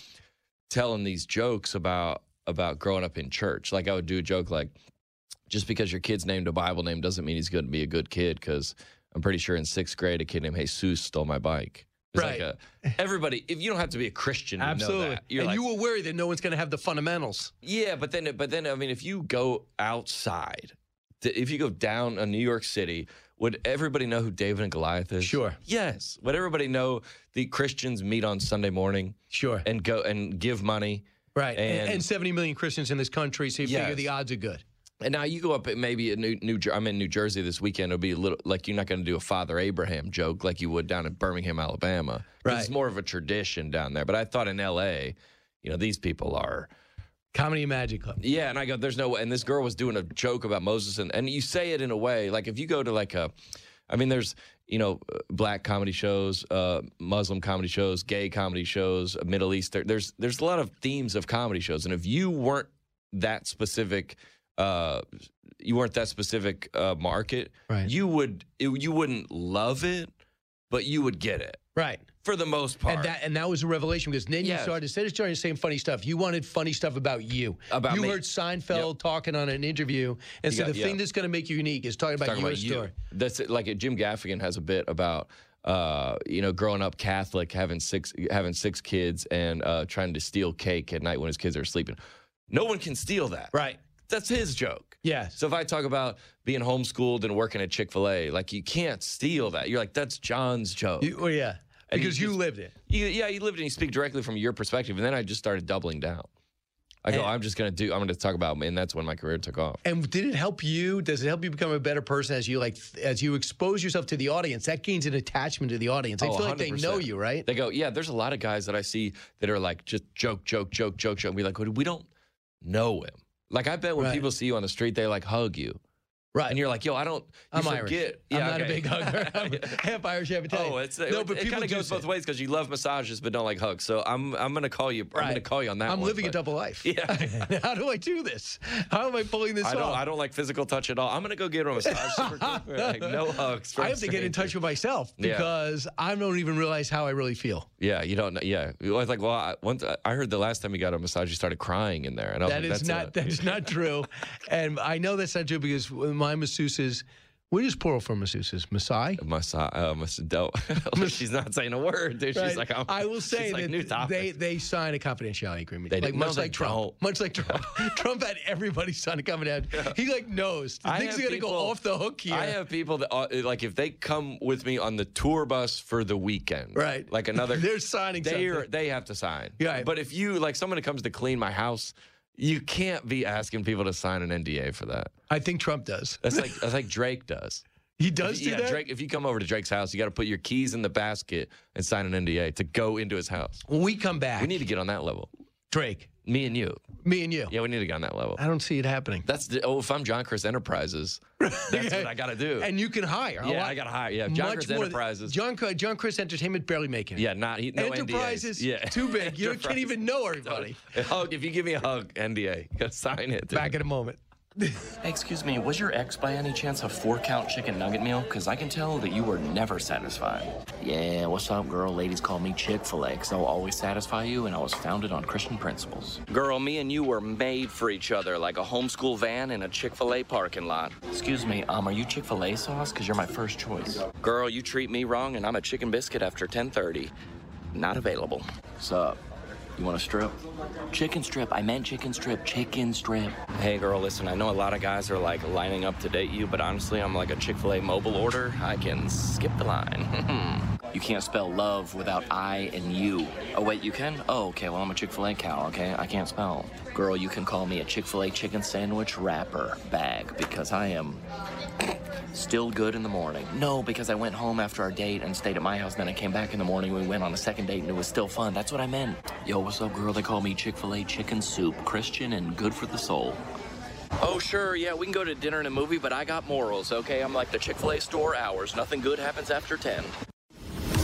D: telling these jokes about about growing up in church. Like I would do a joke like just because your kid's named a Bible name doesn't mean he's going to be a good kid. Because I'm pretty sure in sixth grade, a kid named Jesus stole my bike. It's like
A: Right.
D: a- everybody, if you don't have to be a Christian to know that, you're
A: and
D: like,
A: you were worried that no one's going to have the fundamentals.
D: yeah, but then, but then, I mean, if you go outside, th- if you go down on New York City, would everybody know who David and Goliath is?
A: Sure.
D: Yes. Would everybody know the Christians meet on Sunday morning
A: Sure.
D: and go and give money?
A: right. And,
D: and-
A: and 70 million Christians in this country, so you figure
D: Yes.
A: the odds are good.
D: And now you go up at maybe a New New Jer- I'm in New Jersey this weekend. It'll be a little like you're not going to do a Father Abraham joke like you would down in Birmingham, Alabama. 'Cause
A: Right.
D: It's more of a tradition down there. But I thought in L.A., you know, these people are
A: Comedy and Magic Club.
D: Yeah, and I go, there's no way. And this girl was doing a joke about Moses, and, and you say it in a way like if you go to like a, I mean, there's you know uh, black comedy shows, uh, Muslim comedy shows, gay comedy shows, uh, Middle East. There, there's there's a lot of themes of comedy shows, and if you weren't that specific, uh, you weren't that specific uh, market,
A: Right.
D: you would it, you wouldn't love it, but you would get it
A: Right.
D: for the most part.
A: And that and that was a revelation because then you
D: Yes.
A: started instead of starting saying funny stuff, you wanted funny stuff about you.
D: About
A: you
D: me.
A: heard Seinfeld talking on an interview and
D: You
A: said
D: got-
A: the
D: yeah.
A: thing that's going to make you unique is talking about
D: talking
A: your
D: about
A: story.
D: you. That's it. like uh, Jim Gaffigan has a bit about uh, you know growing up Catholic, having six having six kids, and uh, trying to steal cake at night when his kids are sleeping. No one can steal that.
A: Right.
D: That's his joke.
A: Yes.
D: So if I talk about being homeschooled and working at Chick Fil A, like you can't steal that. You're like that's John's joke.
A: You- oh, yeah.
D: And you
A: Because you,
D: just-
A: lived it.
D: You- yeah, you lived and you speak directly from your perspective, and then I just started doubling down. I go,
A: And-
D: I'm just gonna do. I'm gonna talk about, and that's when my career took off.
A: And did it help you? Does it help you become a better person as you like as you expose yourself to the audience? That gains an attachment to the audience. They
D: Oh,
A: feel like they
D: 100%.
A: know you, right?
D: They go, yeah. There's a lot of guys that I see that are like just joke, joke, joke, joke, joke. And be like, "Well, we don't know him. Like I bet when
A: Right.
D: people see you on the street, they like hug you,
A: right.
D: and you're like, yo, I don't. You
A: I'm Irish.
D: forget.
A: I'm not
D: okay.
A: a big hugger. I'm half Irish, half Italian.
D: Oh, it's
A: no,
D: it,
A: but
D: it
A: people
D: kind of
A: do
D: goes
A: say
D: both ways because you love massages but don't like hugs. So I'm I'm gonna call you. I'm gonna
A: Right.
D: call you on that.
A: I'm
D: one,
A: living a
D: but
A: double life.
D: Yeah.
A: How do I do this? How am I pulling this
D: I don't.
A: off?
D: I don't like physical touch at all. I'm gonna go get her a massage. super quick. like, no hugs.
A: I have to get in touch with
D: with.
A: myself
D: Yeah.
A: because I don't even realize how I really feel.
D: Yeah, you don't. know. Yeah, I was like, well, I, once I heard the last time you got a massage, you started crying in there, and I was
A: That is
D: like, Oh, that's
A: not
D: a-
A: that's not true, and I know that's not true because my masseuses, what is plural for masseuses? Masai.
D: Masa, uh, Masa, don't. she's not saying a word, dude. She's like, I'm,
A: I will
D: she's
A: say
D: like,
A: that
D: new topic.
A: they they sign a confidentiality agreement,
D: They do-
A: like
D: no,
A: much
D: they
A: like Trump,
D: don't.
A: much like Trump. Trump had everybody sign a confidentiality. He like knows
D: I
A: things
D: have
A: are gonna go
D: people-
A: off the hook here.
D: I have people that uh, like if they come with me on the tour bus for the weekend,
A: Right.
D: Like another,
A: They're signing
D: They are,
A: something.
D: they have to sign.
A: Yeah.
D: But if you like someone that comes to clean my house, you can't be asking people to sign an NDA for that.
A: I think Trump does.
D: That's like that's like Drake does.
A: He does do
D: yeah,
A: that.
D: Drake. If you come over to Drake's house, you got to put your keys in the basket and sign an NDA to go into his house.
A: When we come back,
D: We need to get on that level.
A: Drake,
D: Me and you.
A: me and you.
D: Yeah, we need to get on that level.
A: I don't see it happening.
D: That's the, oh, if I'm John Chris Enterprises, that's what I got to do.
A: And you can hire. a
D: yeah,
A: lot-
D: I got to hire. Yeah, John
A: much
D: Chris
A: more than-
D: Enterprises.
A: John, John Chris Entertainment barely making it.
D: yeah, not he, no
A: Enterprises,
D: NDAs. Yeah,
A: too big. You can't
D: Enterprises.
A: even know everybody.
D: A hug. If you give me a hug, NDA. You got to sign it. dude.
A: Back in a moment.
C: Hey, excuse me, was your ex by any chance a four count chicken nugget meal? Because I can tell that you were never satisfied. Yeah, what's up, girl? Ladies call me Chick fil A because I'll always satisfy you, and I was founded on Christian principles. Girl, me and you were made for each other like a homeschool van in a Chick fil A parking lot. Excuse me, um, are you Chick fil A sauce? Because you're my first choice. Girl, you treat me wrong, and I'm a chicken biscuit after 1030. Not available. Sup? You want a strip? Chicken strip. I meant chicken strip. Chicken strip. Hey, girl, listen, I know a lot of guys are like lining up to date you, but honestly, I'm like a Chick fil A mobile order. I can skip the line. you can't spell love without I and you. Oh, wait, you can? Oh, okay, well, I'm a Chick fil A cow, okay? I can't spell. Girl, you can call me a Chick fil A chicken sandwich wrapper bag because I am Still good in the morning. No, because I went home after our date and stayed at my house. Then I came back in the morning. We went on a second date and it was still fun. That's what I meant. Yo, what's up, girl? They call me Chick fil A chicken soup. Christian and good for the soul. Oh, sure. Yeah, we can go to dinner and a movie, but I got morals, okay? I'm like the Chick fil A store hours. Nothing good happens after 10.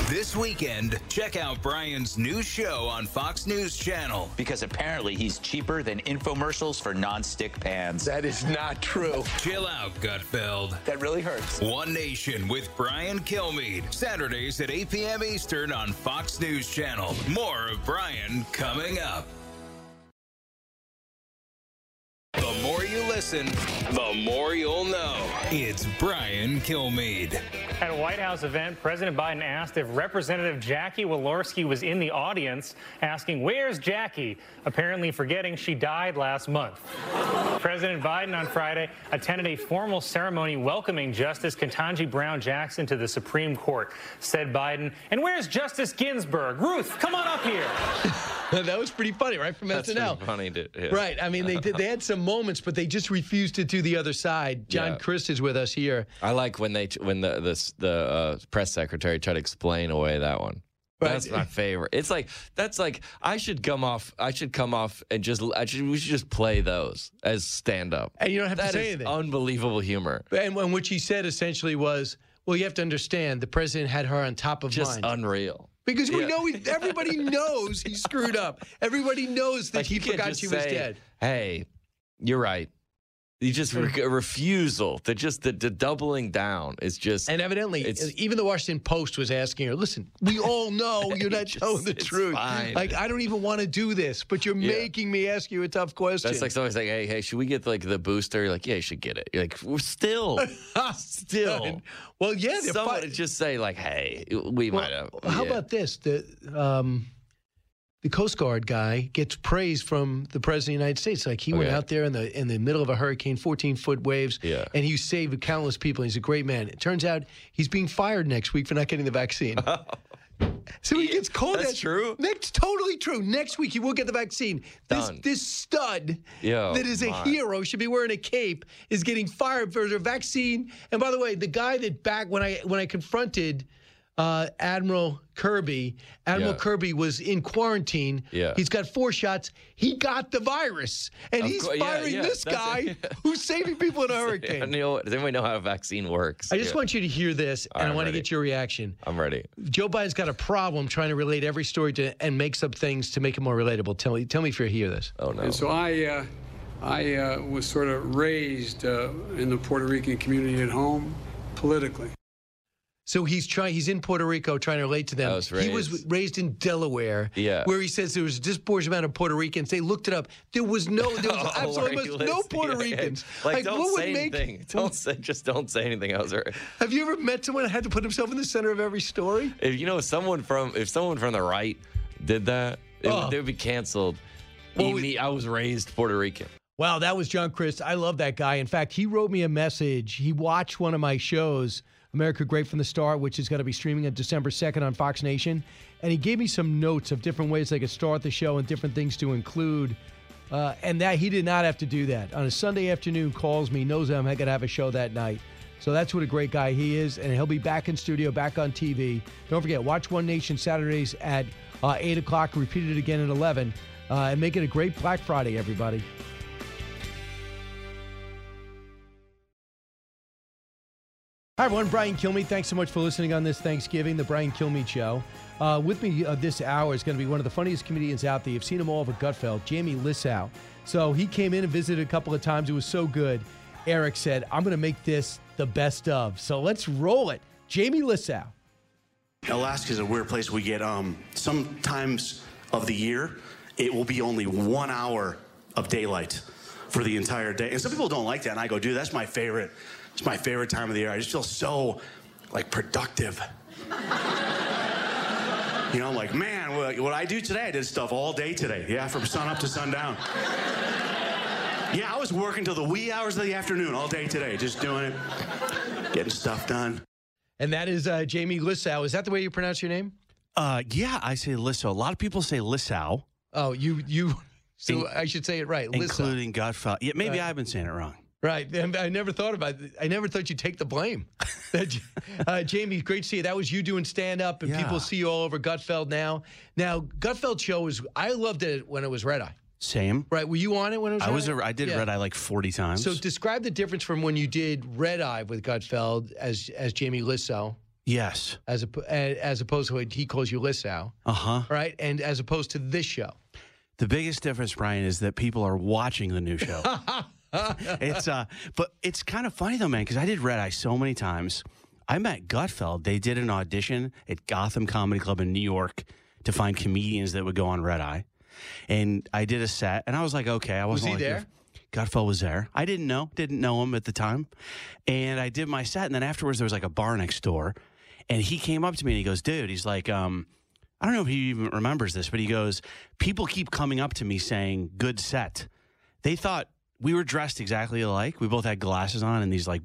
E: This weekend, check out Brian's new show on Fox News Channel.
G: because apparently he's cheaper than infomercials for non-stick pans.
A: That is not true.
E: Chill out, Gutfeld.
G: that really hurts.
E: One Nation with Brian Kilmeade. Saturdays at 8 p.m. Eastern on Fox News Channel. More of Brian coming up. The more you listen, the more you'll know. It's Brian Kilmeade.
J: At a White House event, President Biden asked if Representative Jackie Walorski was in the audience, asking, Where's Jackie? Apparently forgetting she died last month. President Biden on Friday attended a formal ceremony welcoming Justice Ketanji Brown Jackson to the Supreme Court. Said Biden, And where's Justice Ginsburg? Ruth, come on up here.
A: that was pretty funny, right? From
D: That's pretty
A: SNL.
D: funny, dude. Yeah.
A: Right. I mean, they did. They had some moments, but they just refused to do the other side. John
D: Yeah.
A: Christ is with us here.
D: I like when they when the the, the uh, press secretary tried to explain away that one. That's my favorite. It's like that's like I should come off. I should come off and just. I should. We should just play those as stand up.
A: And you don't have to
D: That
A: say
D: is
A: anything.
D: Unbelievable humor.
A: And, and what she said essentially was, well, you have to understand the president had her on top of
D: Just
A: mind.
D: unreal.
A: because we
D: Yeah.
A: know he, everybody knows he screwed up. Everybody knows that
D: Like,
A: he
D: you can't
A: forgot
D: just
A: she was
D: say,
A: dead.
D: Hey, you're right. You just re- refusal to just the, the doubling down is just
A: And evidently, uh,
D: It's-
A: even the Washington Post was asking her, listen, we all know you're not telling the
D: it's
A: truth.
D: fine.
A: Like, I don't even want to do this, but you're
D: Yeah.
A: making me ask you a tough question.
D: That's like somebody's like, hey, hey, should we get like the booster? You're like, yeah, you should get it. You're like, we're still, still.
A: well, yeah. they're
D: Someone
A: fi-
D: just say like, hey, we might have.
A: How
D: yeah.
A: about this? The um, the Coast Guard guy gets praise from the President of the United States. Like he went
D: Okay.
A: out there in the in the middle of a hurricane, 14 foot waves,
D: Yeah.
A: and he saved countless people. He's a great man. It turns out he's being fired next week for not getting the vaccine. so he gets called.
D: That's
A: that-
D: true?
A: That's totally true. Next week he will get the vaccine. This
D: Done.
A: this stud
D: Yo,
A: that is a
D: my.
A: hero should be wearing a cape is getting fired for their vaccine. And by the way, the guy that back when I when I confronted uh, Admiral Kirby, Admiral
D: Yeah.
A: Kirby was in quarantine.
D: Yeah.
A: he's got four shots. He got the virus, and
D: Of
A: he's
D: cour- yeah,
A: firing
D: yeah,
A: this
D: that's
A: guy
D: it.
A: who's saving people in a
D: Yeah,
A: hurricane.
D: Neil, does anybody know how a vaccine works?
A: I just
D: Yeah.
A: want you to hear this, and I
D: I'm
A: want to
D: ready.
A: get your reaction.
D: I'm ready.
A: Joe Biden's got a problem trying to relate every story to and makes up things to make it more relatable. Tell me, tell me if you hear this.
D: Oh no.
K: And so I, uh, I uh, was sort of raised uh, in the Puerto Rican community at home politically.
A: So he's trying. He's in Puerto Rico, trying to relate to them.
D: I was
A: He was
D: raised-
A: raised in Delaware,
D: Yeah.
A: where he says there was a disproportionate amount of Puerto Ricans. They looked it up. There was no, there was
D: Oh,
A: absolutely
D: where he
A: almost no
D: lives.
A: Puerto
D: Yeah, yeah.
A: Ricans.
D: Like, don't
A: what
D: say
A: would make?
D: anything. Don't say, just don't say anything else. Or,
A: Have you ever met someone that had to put himself in the center of every story?
D: if you know if someone from if someone from the right did that, it,
A: Oh.
D: would they would be canceled.
A: we-
D: Imme- I was raised Puerto Rican.
A: Wow, that was John Chris. I love that guy. In fact, he wrote me a message. He watched one of my shows, America Great from the Start, which is going to be streaming on December 2nd on Fox Nation. And he gave me some notes of different ways they could start the show and different things to include. Uh, and that he did not have to do that. On a Sunday afternoon, calls me, knows I'm going to have a show that night. So that's what a great guy he is. And he'll be back in studio, back on TV. Don't forget, watch One Nation Saturdays at uh, 8 o'clock, repeat it again at 11. Uh, and make it a great Black Friday, everybody. Hi, everyone. Brian Kilmeade. Thanks so much for listening on this Thanksgiving, the Brian Kilmeade Show. Uh, with me uh, this hour is going to be one of the funniest comedians out there. You've seen him all over Gutfeld, Jamie Lissau. So he came in and visited a couple of times. It was so good. Eric said, I'm going to make this the best of. So let's roll it. Jamie Lissau.
L: Alaska is a weird place. We get um, sometimes of the year, it will be only one hour of daylight for the entire day. And some people don't like that. And I go, dude, that's my favorite. It's my favorite time of the year. I just feel so like productive. you know, I'm like, man, what, what I do today, I did stuff all day today. Yeah, from sun up to sundown. yeah, I was working till the wee hours of the afternoon all day today, just doing it, getting stuff done.
A: And that is uh, Jamie Lissau. Is that the way you pronounce your name?
L: Uh, yeah, I say Lissau. A lot of people say Lissau,
A: Oh, you, you, so
L: In-
A: I should say it right. Lissau.
L: including Godfather. Yeah, maybe
A: Right.
L: I've been saying it wrong.
A: Right. And I never thought about I never thought you'd take the blame. That- uh, Jamie, great to see you. That was you doing stand up, and
L: Yeah.
A: people see you all over Gutfeld now. Now, Gutfeld show is, I loved it when it was Red Eye.
L: Same.
A: Right. Were you on it when it was
L: I
A: Red
L: was
A: Eye?
L: a, I did
A: Yeah.
L: Red Eye like 40 times.
A: So describe the difference from when you did Red Eye with Gutfeld as as Jamie Lissau,
L: yes.
A: as, oppo- a- as opposed to what he calls you Lissau,
L: Uh huh.
A: right? And as opposed to this show.
L: The biggest difference, Brian, is that people are watching the new show. it's uh, but it's kind of funny though, man, because I did Red Eye so many times. I met Gutfeld. They did an audition at Gotham Comedy Club in New York to find comedians that would go on Red Eye, and I did a set, and I was like, okay, I
A: Was
L: wasn't
A: he
L: like,
A: there?
L: Gutfeld was there. I didn't know, didn't know him at the time, and I did my set, and then afterwards there was like a bar next door, and he came up to me and he goes, dude, he's like, um. I don't know if he even remembers this, but he goes, People keep coming up to me saying, Good set. They thought we were dressed exactly alike. We both had glasses on and these like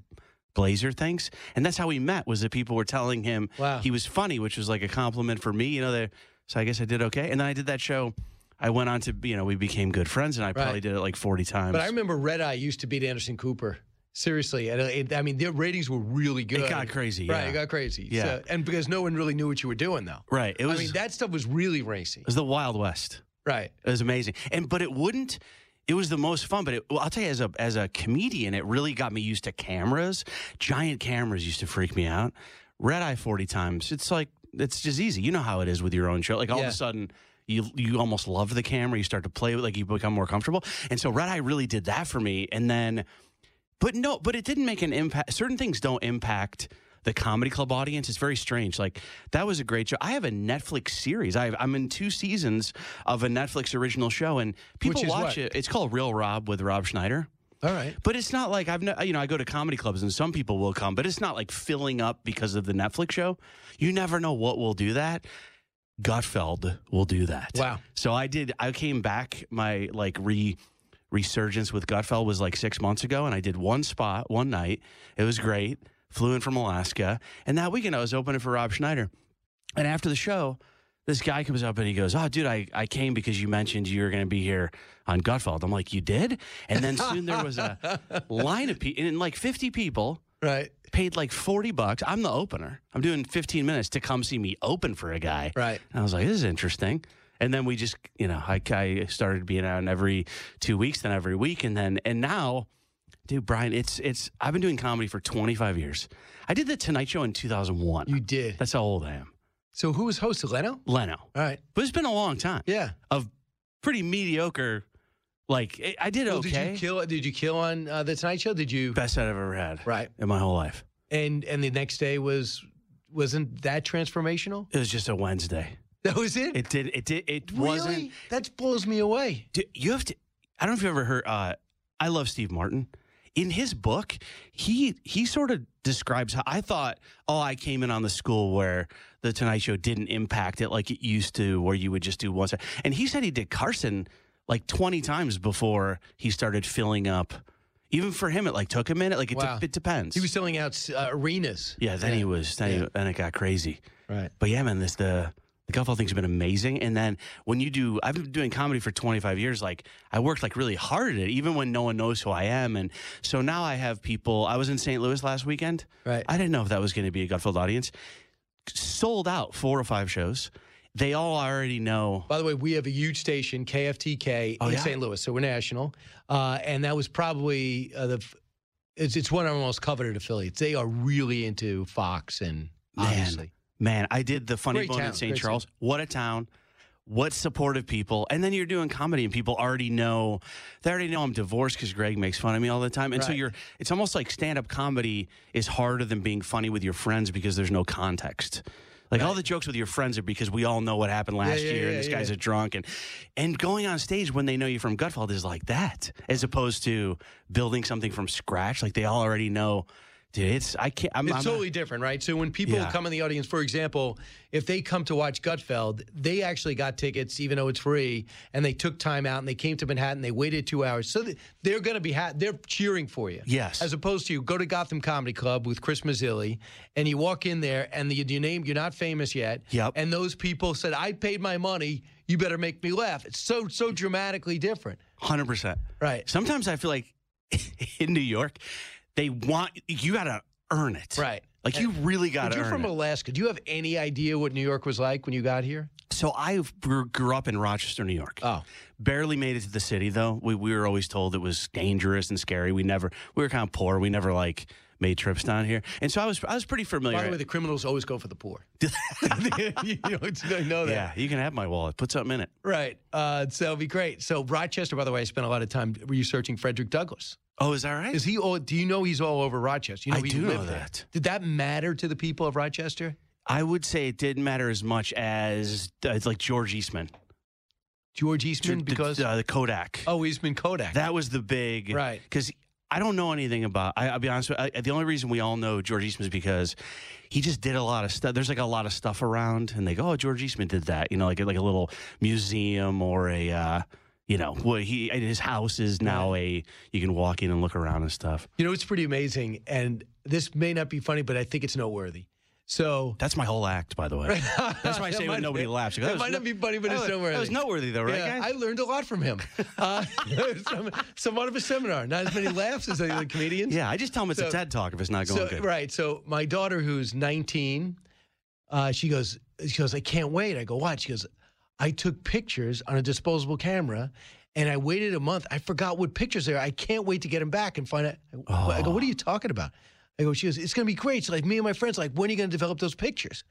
L: blazer things. And that's how we met was that people were telling him
A: Wow.
L: he was funny, which was like a compliment for me. You know, they- so I guess I did okay. And then I did that show. I went on to, you know, we became good friends and I
A: Right.
L: probably did it like 40 times.
A: But I remember Red Eye used to beat Anderson Cooper. Seriously, and uh, it, I mean their ratings were really good.
L: got crazy,
A: right?
L: yeah.
A: It got crazy.
L: Yeah.
A: So- and because no one really knew what you were doing, though.
L: Right. It was.
A: I mean that stuff was really racy.
L: It was the Wild West.
A: Right.
L: It was amazing. And but it wouldn't. It was the most fun. But it, well, I'll tell you, as a as a comedian, it really got me used to cameras. Giant cameras used to freak me out. Red eye forty times. It's like it's just easy. You know how it is with your own show. Like all of
A: Yeah.
L: a sudden. You, you almost love the camera. You start to play with it, like you become more comfortable. And so Red Eye really did that for me. And then but no, but it didn't make an impact. Certain things don't impact the comedy club audience. It's very strange. Like that was a great show. I have a Netflix series. I have, I'm in two seasons of a Netflix original show, and people
A: Which is
L: watch
A: what?
L: it. It's called Real Rob with Rob Schneider.
A: All right.
L: But it's not like I've no, you know I go to comedy clubs and some people will come, but it's not like filling up because of the Netflix show. You never know what will do that. Gottfeld will do that.
A: Wow.
L: So I did. I came back. My like re resurgence with Gutfeld was like six months ago, and I did one spot one night. It was great. Flew in from Alaska, and that weekend I was opening for Rob Schneider. And after the show, this guy comes up and he goes, "Oh, dude, I, I came because you mentioned you were going to be here on Gutfeld." I'm like, "You did?" And then soon there was a line of people, and like 50 people,
A: right,
L: paid like 40 bucks. I'm the opener. I'm doing 15 minutes to come see me open for a guy.
A: Right.
L: And I was like, this is interesting. And then we just, you know, I, I started being out every two weeks, then every week, and then and now, dude, Brian, it's it's I've been doing comedy for 25 years. I did the Tonight Show in 2001. You
A: did.
L: That's how old I am.
A: So who was host Leno?
L: Leno.
A: All right.
L: But it's been a long time.
A: Yeah.
L: Of pretty mediocre. Like I- I did
A: Well,
L: okay.
A: Did you kill? Did you kill on uh, the Tonight Show? Did you
L: best I've ever had?
A: Right.
L: in my whole life.
A: And and the next day was wasn't that transformational?
L: It was just a Wednesday.
A: That was it.
L: It did. It did. It
A: Really?
L: wasn't.
A: That blows me away.
L: Do- you have to. I don't know if you ever heard. Uh, I love Steve Martin. In his book, he he sort of describes how I thought. Oh, I came in on the school where the Tonight Show didn't impact it like it used to, where you would just do one. se- And he said he did Carson like twenty times before he started filling up. Even for him, it like took a minute. Like it,
A: Wow.
L: took, it depends.
A: He was selling out uh, arenas.
L: Yeah, then he was. Then,
A: Yeah.
L: he, then it got crazy.
A: Right.
L: But yeah, man, this the the Gutfeld thing's been amazing. And then when you do, I've been doing comedy for 25 years. Like I worked like really hard at it, even when no one knows who I am. And so now I have people. I was in St. Louis last weekend.
A: Right.
L: I didn't know if that was going to be a Gutfeld audience. Sold out four or five shows. They all already know.
A: By the way, we have a huge station, KFTK,
L: Oh,
A: in
L: yeah?
A: St. Louis, so we're national. Uh, and that was probably uh, the. f- It's, it's one of our most coveted affiliates. They are really into Fox and obviously.
L: Man, I did the funny
A: Great
L: bone
A: town,
L: in St.
A: great
L: Charles. What a town. What supportive people. And then you're doing comedy and people already know they already know I'm divorced because Greg makes fun of me all the time. And so
A: Right.
L: you're it's almost like stand up comedy is harder than being funny with your friends because there's no context. Like all the jokes with your friends are because we all know what happened last
A: yeah,
L: year and
A: yeah,
L: this
A: yeah.
L: guy's a drunk and and going on stage when they know you from Gutfeld is like that as opposed to building something from scratch. Like they all already know, dude. It's I can't. I'm,
A: it's
L: I'm not-
A: totally different, right? So when people
L: Yeah.
A: come in the audience, for example, if they come to watch Gutfeld, they actually got tickets, even though it's free, and they took time out and they came to Manhattan. They waited two hours, so th- they're going to be ha- they're cheering for you.
L: Yes.
A: as opposed to you go to Gotham Comedy Club with Chris Mazzilli, and you walk in there and the, your name you're not famous yet.
L: Yep.
A: and those people said, "I paid my money. You better make me laugh." It's so so dramatically different.
L: Hundred percent.
A: Right.
L: Sometimes I feel like in New York, they want you gotta earn it.
A: Right.
L: Like you really
A: But
L: gotta
A: you're
L: earn
A: from
L: it.
A: Alaska. Do you have any idea what New York was like when you got here?
L: so I grew grew up in Rochester, New York.
A: Oh.
L: Barely made it to the city though. We we were always told it was dangerous and scary. We never we were kind of poor. We never like made trips down here. And so I was I was pretty familiar.
A: By the way, the criminals always go for the poor. you don't know, that.
L: yeah, you can have my wallet. Put something in it.
A: Right. Uh, so it'd be great. So Rochester, by the way, I spent a lot of time researching Frederick Douglass.
L: Oh, is that right?
A: Is he all, do you know he's all over Rochester? You know
L: I
A: he
L: do know
A: lived there.
L: that.
A: Did that matter to the people of Rochester?
L: I would say it didn't matter as much as uh, it's like George Eastman.
A: George Eastman,
L: Dr-
A: because
L: uh, the Kodak.
A: oh, Eastman Kodak.
L: That was the big
A: Right.
L: Because I don't know anything about. I, I'll be honest. With you, I, the only reason we all know George Eastman is because he just did a lot of stuff. There's like a lot of stuff around, and they go, "Oh, George Eastman did that." You know, like like a little museum or a. Uh, you know, well, he and his house is now a you can walk in and look around and stuff.
A: You know, it's pretty amazing, and this may not be funny, but I think it's noteworthy. So
L: that's my whole act, by the way. That's why I
A: That
L: say
A: might-
L: when nobody laughs. I
A: It
L: go, "That was
A: might
L: no-
A: not be funny, but
L: that
A: it's
L: was-
A: noteworthy.
L: That was noteworthy, though, right,
A: Yeah,
L: guys?
A: I learned a lot from him. Uh, some, somewhat of a seminar. Not as many laughs as any other comedians.
L: Yeah, I just tell him it's a TED Talk if it's not going
A: so-
L: good.
A: Right. So my daughter, who's 19, uh, she goes, she goes, I can't wait. I go, what? She goes, I took pictures on a disposable camera, and I waited a month. I forgot what pictures they are. I can't wait to get them back and find out. I
L: Oh.
A: go, what are you talking about? I go, she goes, it's going to be great. She's like, me and my friends, like, when are you going to develop those pictures?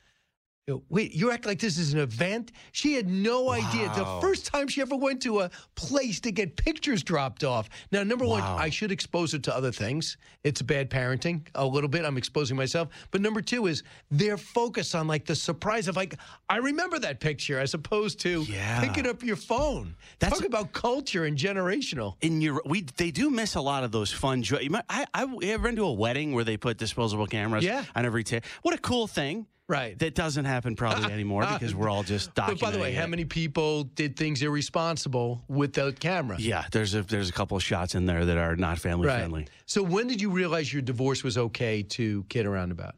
A: You know, Wait, you act like this is an event? She had no idea. The
M: Wow.
A: first time she ever went to a place to get pictures dropped off. Now, number one, I should expose her to other things. It's bad parenting a little bit. I'm exposing myself. But number two is their focus on like the surprise of like, I remember that picture as opposed to picking up your phone. That's Talk about culture and generational.
L: In your we they do miss a lot of those fun. Jo- you might, I I you ever been to a wedding where they put disposable cameras
A: Yeah.
L: on every table. What a cool thing,
A: right?
L: That doesn't happen probably anymore because we're all just documenting.
A: But by the way, how
L: it.
A: many people did things irresponsible without camera?
L: Yeah, there's a there's a couple of shots in there that are not family
A: Right.
L: friendly.
A: So when did you realize your divorce was okay to kid around about?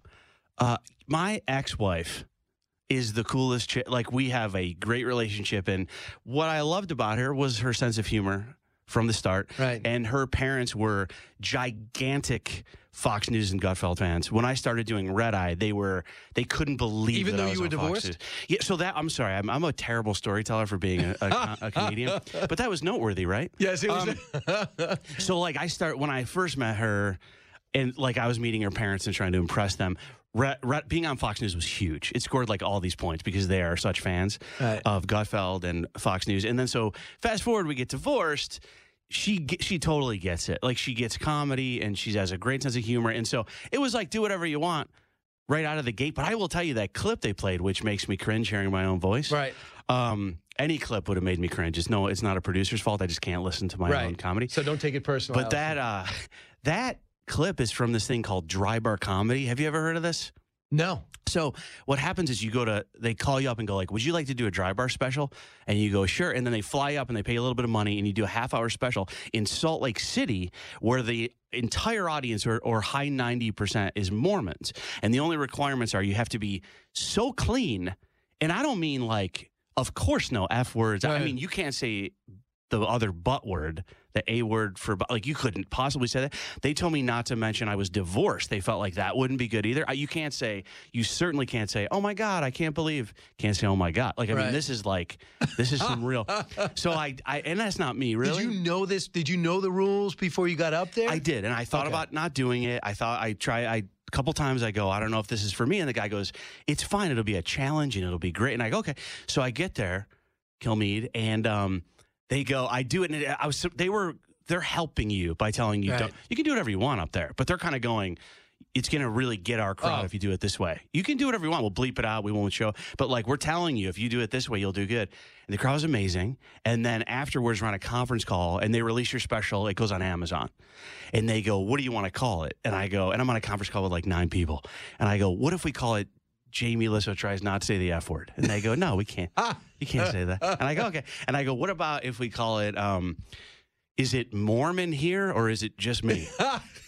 L: Uh, my ex-wife is the coolest chick. Like we have a great relationship, and what I loved about her was her sense of humor from the start. Right. And her parents were gigantic Fox News and Gutfeld fans. When I started doing Red Eye, they were they couldn't believe
A: Even
L: that
A: though
L: I was
A: you were
L: on Fox
A: divorced?
L: News. Yeah. So that I'm sorry, I'm, I'm a terrible storyteller for being a, a, com- a comedian, but that was noteworthy, right?
A: Yes, it was.
L: Um, so like I start when I first met her, and like I was meeting her parents and trying to impress them. Re- re- being on Fox News was huge. It scored like all these points because they are such fans of Gutfeld and Fox News. And then so fast forward, we get divorced. She ge- she totally gets it. Like she gets comedy and she has a great sense of humor. And so it was like do whatever you want right out of the gate. But I will tell you that clip they played, which makes me cringe hearing my own voice. Right. Um, any clip would have made me cringe. It's no, it's not a producer's fault. I just can't listen to my own
A: Right.
L: comedy.
A: So don't take it personally.
L: But that uh, that clip is from this thing called dry bar comedy. Have you ever heard of this?
A: No.
L: So what happens is you go to they call you up and go like, "Would you like to do a dry bar special?" And you go, "Sure." And then they fly you up and they pay you a little bit of money and you do a half hour special in Salt Lake City where the entire audience or, or high 90% is Mormons. And the only requirements are you have to be so clean. And I don't mean like of course no F words. I mean you can't say the other butt word, the A word for butt. Like, you couldn't possibly say that. They told me not to mention I was divorced. They felt like that wouldn't be good either. I, you can't say, you certainly can't say, oh my God, I can't believe. Can't say, oh my God. Like, I
A: Right.
L: mean, this is like, this is some real. So I, I, and that's not me, really.
A: Did you know this? Did you know the rules before you got up there?
L: I did, and I thought
A: Okay.
L: about not doing it. I thought I try. I a couple times I go, I don't know if this is for me, and the guy goes, It's fine. It'll be a challenge, and it'll be great. And I go, Okay. So I get there, Kilmeade, and um, they go, I do it, and it, I was. They were they're helping you by telling you
A: Right.
L: don't. You can do whatever you want up there, but they're kind of going. It's going to really get our crowd
A: Oh.
L: if you do it this way. You can do whatever you want. We'll bleep it out. We won't show. But like we're telling you, if you do it this way, you'll do good. And the crowd was amazing. And then afterwards, we're on a conference call, and they release your special. It goes on Amazon, and they go, "What do you want to call it?" And I go, and I'm on a conference call with like nine people, and I go, "What if we call it?" Jamie Lisso tries not to say the F word. And they go, no, we can't.
A: Ah.
L: You can't say that. And I go, okay. And I go, what about if we call it, um, is it Mormon here or is it just me?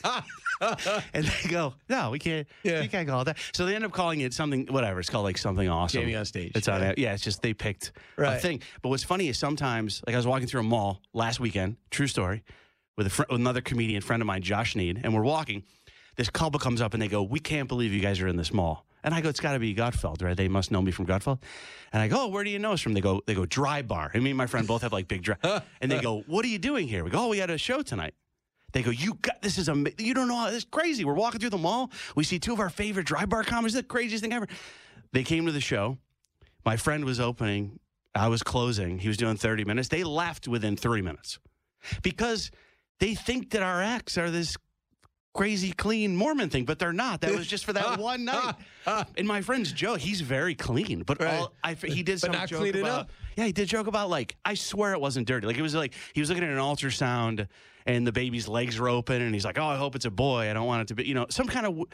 L: and they go, no, we can't. We can't call it that. So they end up calling it something, whatever. It's called like something awesome.
A: Jamie on stage.
L: It's on. Yeah, it's just they picked a
A: Right.
L: thing. But what's funny is sometimes, like I was walking through a mall last weekend. True story. With a fr- with another comedian friend of mine, Josh Need, and we're walking. This couple comes up and they go, "We can't believe you guys are in this mall." And I go, "It's got to be Gutfeld, right? They must know me from Gutfeld." And I go, oh, "Where do you know us from?" They go, "They go Dry Bar." And me and my friend both have like big dry. and they go, "What are you doing here?" We go, "Oh, we had a show tonight." They go, you got this is am- you don't know how this is crazy. We're walking through the mall. We see two of our favorite dry bar comics. The craziest thing ever. They came to the show. My friend was opening. I was closing. He was doing 30 minutes. They left within three minutes because they think that our acts are this crazy clean Mormon thing, but they're not. That was just for that one night. And my friend's Joe, he's very clean, but all, I, he did
A: But
L: some
A: not
L: joke
A: clean
L: about.
A: enough.
L: Yeah, he did joke about like I swear it wasn't dirty. Like it was like he was looking at an ultrasound and the baby's legs were open and he's like, "Oh, I hope it's a boy. I don't want it to be, you know, some kind of w-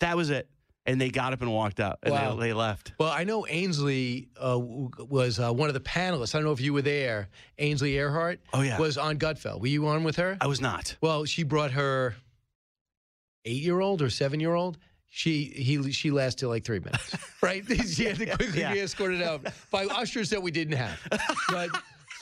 L: that was it." And they got up and walked out and
A: Wow.
L: they, they left.
A: Well, I know Ainsley uh, w- was uh, one of the panelists. I don't know if you were there. Ainsley Earhart.
L: Oh, yeah.
A: Was on Gutfeld. Were you on with her?
L: I was not.
A: Well, she brought her eight-year-old or seven-year-old. She he she lasted like three minutes, right? she had to quickly
M: Yeah.
A: be escorted out by ushers that we didn't have. But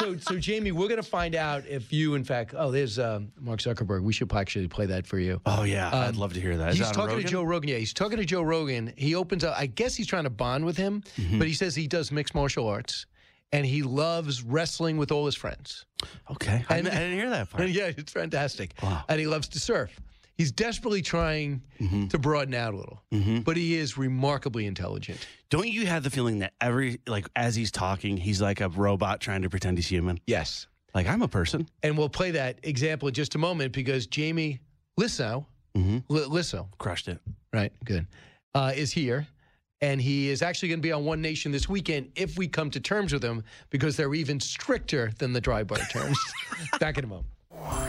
A: so so Jamie, we're gonna find out if you, in fact, oh, there's um, Mark Zuckerberg. We should actually play that for you.
L: Oh yeah, I'd
A: Um,
L: love to hear that. Is
A: he's
L: that on
A: talking
L: Rogan?
A: to Joe Rogan. Yeah, he's talking to Joe Rogan. He opens up. I guess he's trying to bond with him,
L: Mm-hmm.
A: but he says he does mixed martial arts, and he loves wrestling with all his friends.
L: Okay, I didn't- I didn't hear that part.
A: yeah, it's fantastic. And he loves to surf. He's desperately trying to broaden out a little, but he is remarkably intelligent.
L: Don't you have the feeling that every like as he's talking, he's like a robot trying to pretend he's human?
A: Yes.
L: Like I'm a person.
A: And we'll play that example in just a moment because Jamie Lissow, Li- Lissow,
L: crushed it.
A: Right, good. Uh, is here, and he is actually going to be on One Nation this weekend if we come to terms with him because they're even stricter than the dry bar terms. Back in a moment.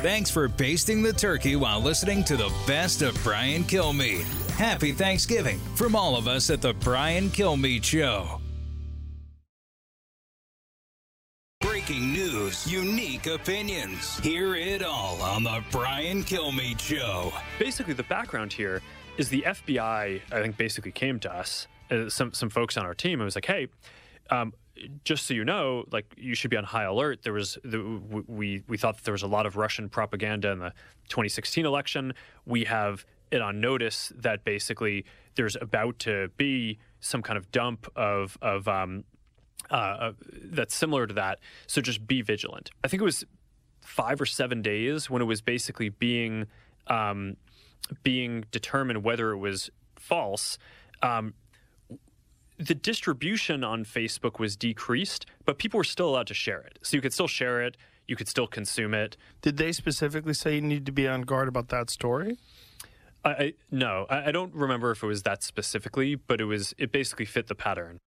E: Thanks for basting the turkey while listening to the best of Brian Kilmeade. Happy Thanksgiving from all of us at the Brian Kilmeade Show. Breaking news, unique opinions. Hear it all on the Brian Kilmeade Show.
N: Basically, the background here is the FBI. I think basically came to us, uh, some some folks on our team, and was like, "Hey, um, just so you know, like you should be on high alert. There was the, w- we we thought that there was a lot of Russian propaganda in the 2016 election. We have it on notice that basically there's about to be some kind of dump of of um, uh, uh, that's similar to that. So just be vigilant. I think it was five or seven days when it was basically being um, being determined whether it was false. Um, the distribution on Facebook was decreased, but people were still allowed to share it. So you could still share it, you could still consume it.
O: Did they specifically say you need to be on guard about that story?
N: I, I no, I, I don't remember if it was that specifically, but it was it basically fit the pattern.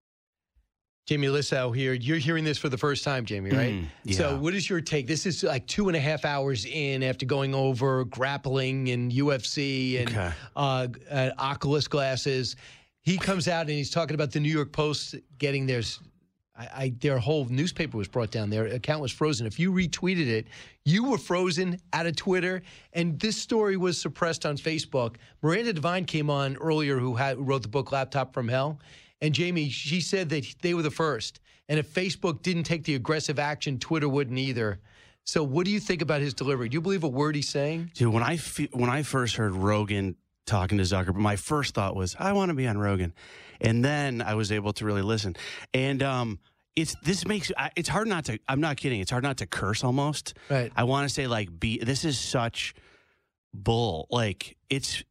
A: Jamie Lissow here. You're hearing this for the first time, Jamie, right?
N: Mm,
A: So, what is your take? This is like two and a half hours in after going over grappling and UFC and
L: Okay.
A: uh, uh, Oculus glasses. He comes out and he's talking about the New York Post getting theirs. I, I, their whole newspaper was brought down. Their account was frozen. If you retweeted it, you were frozen out of Twitter. And this story was suppressed on Facebook. Miranda Devine came on earlier, who, had, who wrote the book Laptop from Hell. And Jamie, she said that they were the first. And if Facebook didn't take the aggressive action, Twitter wouldn't either. So, what do you think about his delivery? Do you believe a word he's saying?
L: Dude, when I fe- when I first heard Rogan talking to Zuckerberg, my first thought was, I want to be on Rogan, and then I was able to really listen. And um, it's this makes I, it's hard not to. I'm not kidding. It's hard not to curse almost.
A: Right.
L: I want to say like, be this is such bull. Like it's.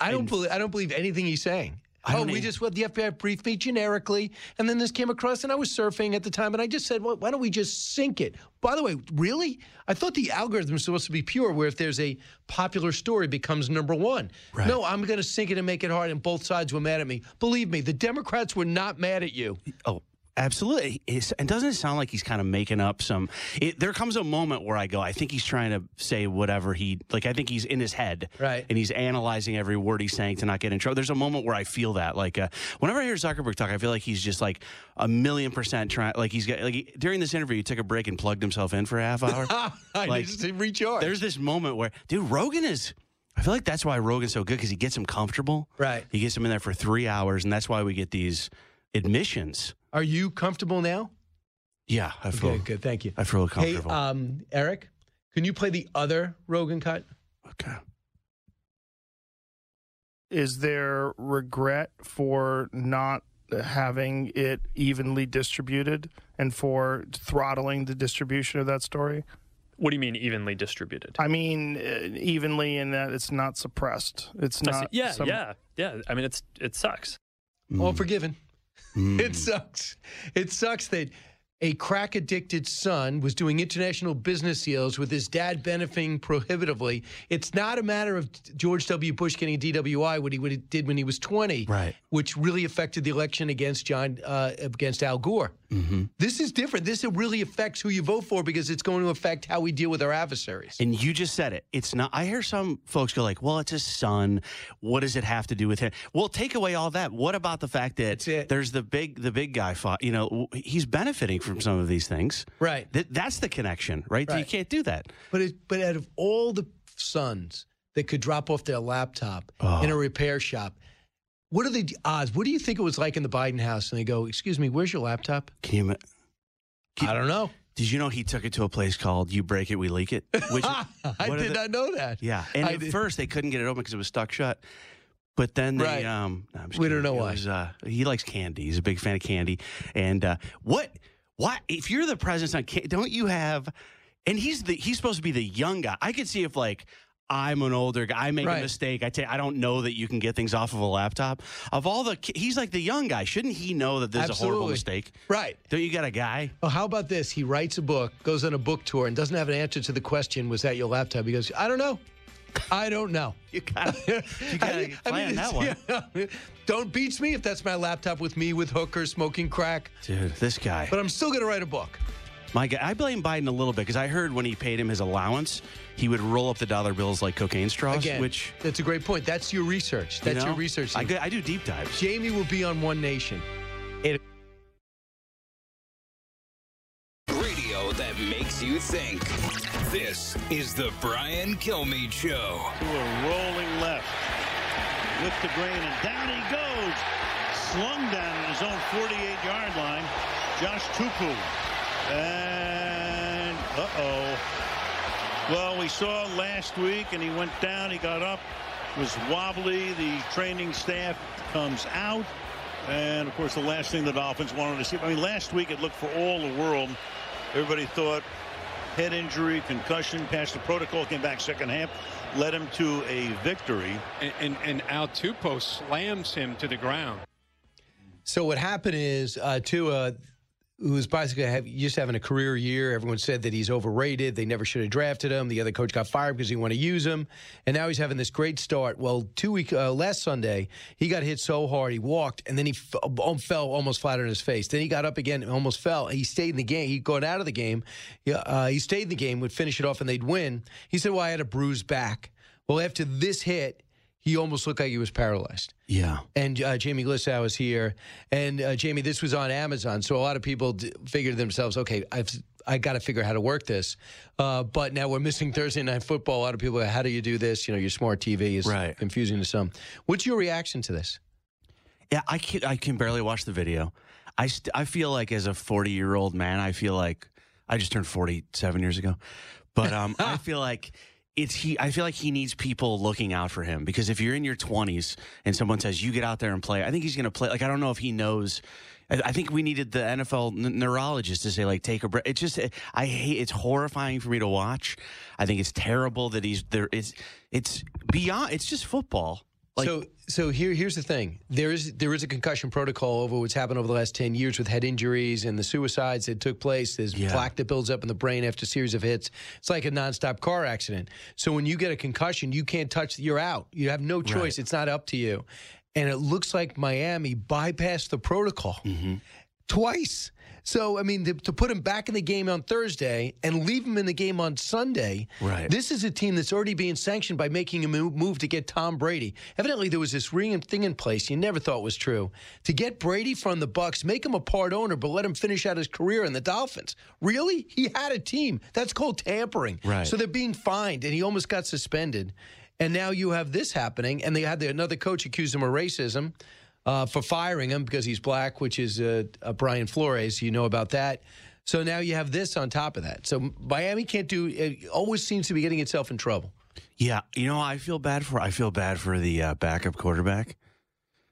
A: I don't believe. I don't believe anything he's saying.
L: I
A: oh,
L: don't
A: we
L: e-
A: just let the FBI brief me generically, and then this came across, and I was surfing at the time, and I just said, well, "Why don't we just sync it?" By the way, really, I thought the algorithm was supposed to be pure, where if there's a popular story, it becomes number one. No, I'm going to sync it and make it hard, and both sides were mad at me. Believe me, the Democrats were not mad at you.
L: Oh, absolutely. It's, and doesn't it sound like he's kind of making up some? It, there comes a moment where I go, I think he's trying to say whatever he like. I think he's in his head, right? And he's analyzing every word he's saying to not get in trouble. There's a moment where I feel that, like, uh, whenever I hear Zuckerberg talk, I feel like he's just like a million percent trying. Like he's got like he- during this interview, he took a break and plugged himself in for a half hour.
A: I just didn't recharge.
L: There's this moment where, dude, Rogan is. I feel like that's why Rogan's so good because he gets him comfortable.
A: Right.
L: He gets him in there for three hours, and that's why we get these admissions.
A: Are you comfortable now?
L: Yeah, I feel
A: Okay, good. Thank you.
L: I feel
A: Hey,
L: comfortable.
A: um, Eric, can you play the other Rogan cut?
O: Is there regret for not having it evenly distributed and for throttling the distribution of that story?
N: What do you mean evenly distributed?
O: I mean, uh, evenly in that it's not suppressed. It's
N: I see.
O: not.
N: Yeah,
O: some-
N: yeah, yeah. I mean, it's it sucks.
A: All forgiven. It sucks. It sucks that a crack addicted son was doing international business deals with his dad benefiting prohibitively. It's not a matter of George W. Bush getting a DWI, what he would have did when he was 20, right. which really affected the election against John uh, against Al Gore. This is different. This really affects who you vote for because it's going to affect how we deal with our adversaries.
L: And you just said it. It's not. I hear some folks go like, "Well, it's his son. What does it have to do with him?" Well, take away all that. What about the fact that there's the big, the big guy fought? You know, w- he's benefiting from some of these things.
A: Right.
L: That, that's the connection, right? You
A: Right.
L: can't do that.
A: But it, but out of
L: Oh.
A: all the sons that could drop off their laptop in a repair shop, What are the odds? What do you think it was like in the Biden house? And they go, "Excuse me, where's your laptop?"
L: Can you, ma-
A: I don't know.
L: Did you know he took it to a place called "You Break It, We Leak It"? Which
A: I
L: what are
A: did
L: the-
A: not know that.
L: Yeah, and
A: I
L: at
A: did-
L: first they couldn't get it open because it was stuck shut. But then they,
A: Right.
L: um, no, I'm just
A: We
L: kidding.
A: don't know
L: It
A: why.
L: was, uh, he likes candy. He's a big fan of candy. And uh, what? Why? If you're the president, son, can't- don't you have? And he's the he's supposed to be the young guy. I could see if like. I'm an older guy. I make
A: Right.
L: a mistake. I take. I don't know that you can get things off of a laptop. Of all the, ki- he's like the young guy. Shouldn't he know that this is a horrible
A: Absolutely.
L: mistake?
A: Right.
L: Don't you got a guy?
A: Oh, how about this? He writes a book, goes on a book tour, and doesn't have an answer to the question, "Was that your laptop?" He goes, "I don't know. I don't know."
L: You got you gotta plan that
A: one. don't beats me if that's my laptop with me with hookers smoking crack.
L: Dude, this guy.
A: But I'm still going to write a book.
L: My guy, I blame Biden a little bit because I heard when he paid him his allowance, he would roll up the dollar bills like cocaine straws.
A: Again,
L: which
A: that's a great point. That's your research. That's
L: know,
A: your research.
L: I
A: team.
L: go- I do deep dives.
A: Jamie will be on One Nation. It-
E: Radio that makes you think. This is the Brian Kilmeade Show.
M: To a rolling left with the grain, and down he goes. Slung down at his own 48 yard line. Josh Tupu. And uh oh. Well, we saw last week, and he went down, he got up, was wobbly. The training staff comes out. And of course, the last thing the Dolphins wanted to see. I mean, last week it looked for all the world. Everybody thought head injury, concussion, passed the protocol, came back second half, led him to a victory.
P: And, and, and Altupo slams him to the ground.
A: So what happened is uh, Tua, who's basically have, just having a career year, everyone said that he's overrated. They never should have drafted him. The other coach got fired because he wanted to use him, and now he's having this great start. Well, two week uh, last Sunday, he got hit so hard he walked, and then he f- um, fell almost flat on his face. Then he got up again and almost fell. He stayed in the game. He'd gone out of the game. He, uh, he stayed in the game, would finish it off, and they'd win. He said, "Well, I had a bruised back." Well, after this hit, he almost looked like he was paralyzed.
L: Yeah.
A: And uh, Jamie Glissow is here. And uh, Jamie, this was on Amazon, so a lot of people d- figured to themselves, okay, I've I got to figure out how to work this. Uh, but now we're missing Thursday night football. A lot of people, go, how do you do this? You know, your smart TV is
L: Right.
A: confusing to some. What's your reaction to this?
L: Yeah, I can I can barely watch the video. I st- I feel like as a 40 year old man, I feel like I just turned 47 years ago, but um, I feel like it's he. I feel like he needs people looking out for him because if you're in your 20s and someone says you get out there and play, I think he's going to play. Like I don't know if he knows. I I think we needed the NFL n- neurologist to say like take a break. It's just I hate. It's horrifying for me to watch. I think it's terrible that he's there. It's it's beyond. It's just football. Like,
A: so, so here, here's the thing. There is there is a concussion protocol over what's happened over the last ten years with head injuries and the suicides that took place. There's plaque that builds up in the brain after a series of hits. It's like a nonstop car accident. So when you get a concussion, you can't touch. You're out. You have no choice. It's not up to you. And it looks like Miami bypassed the protocol twice. So I mean, to, to put him back in the game on Thursday and leave him in the game on Sunday.
L: Right.
A: This is a team that's already being sanctioned by making a move, move to get Tom Brady. Evidently, there was this ring thing in place you never thought was true to get Brady from the Bucks, make him a part owner, but let him finish out his career in the Dolphins. Really? He had a team. That's called tampering.
L: Right.
A: So they're being fined, and he almost got suspended. And now you have this happening, and they had the, another coach accuse him of racism uh, for firing him because he's black, which is uh, uh, Brian Flores. You know about that. So now you have this on top of that. So Miami can't do. It always seems to be getting itself in trouble.
L: Yeah, you know, I feel bad for I feel bad for the uh, backup quarterback.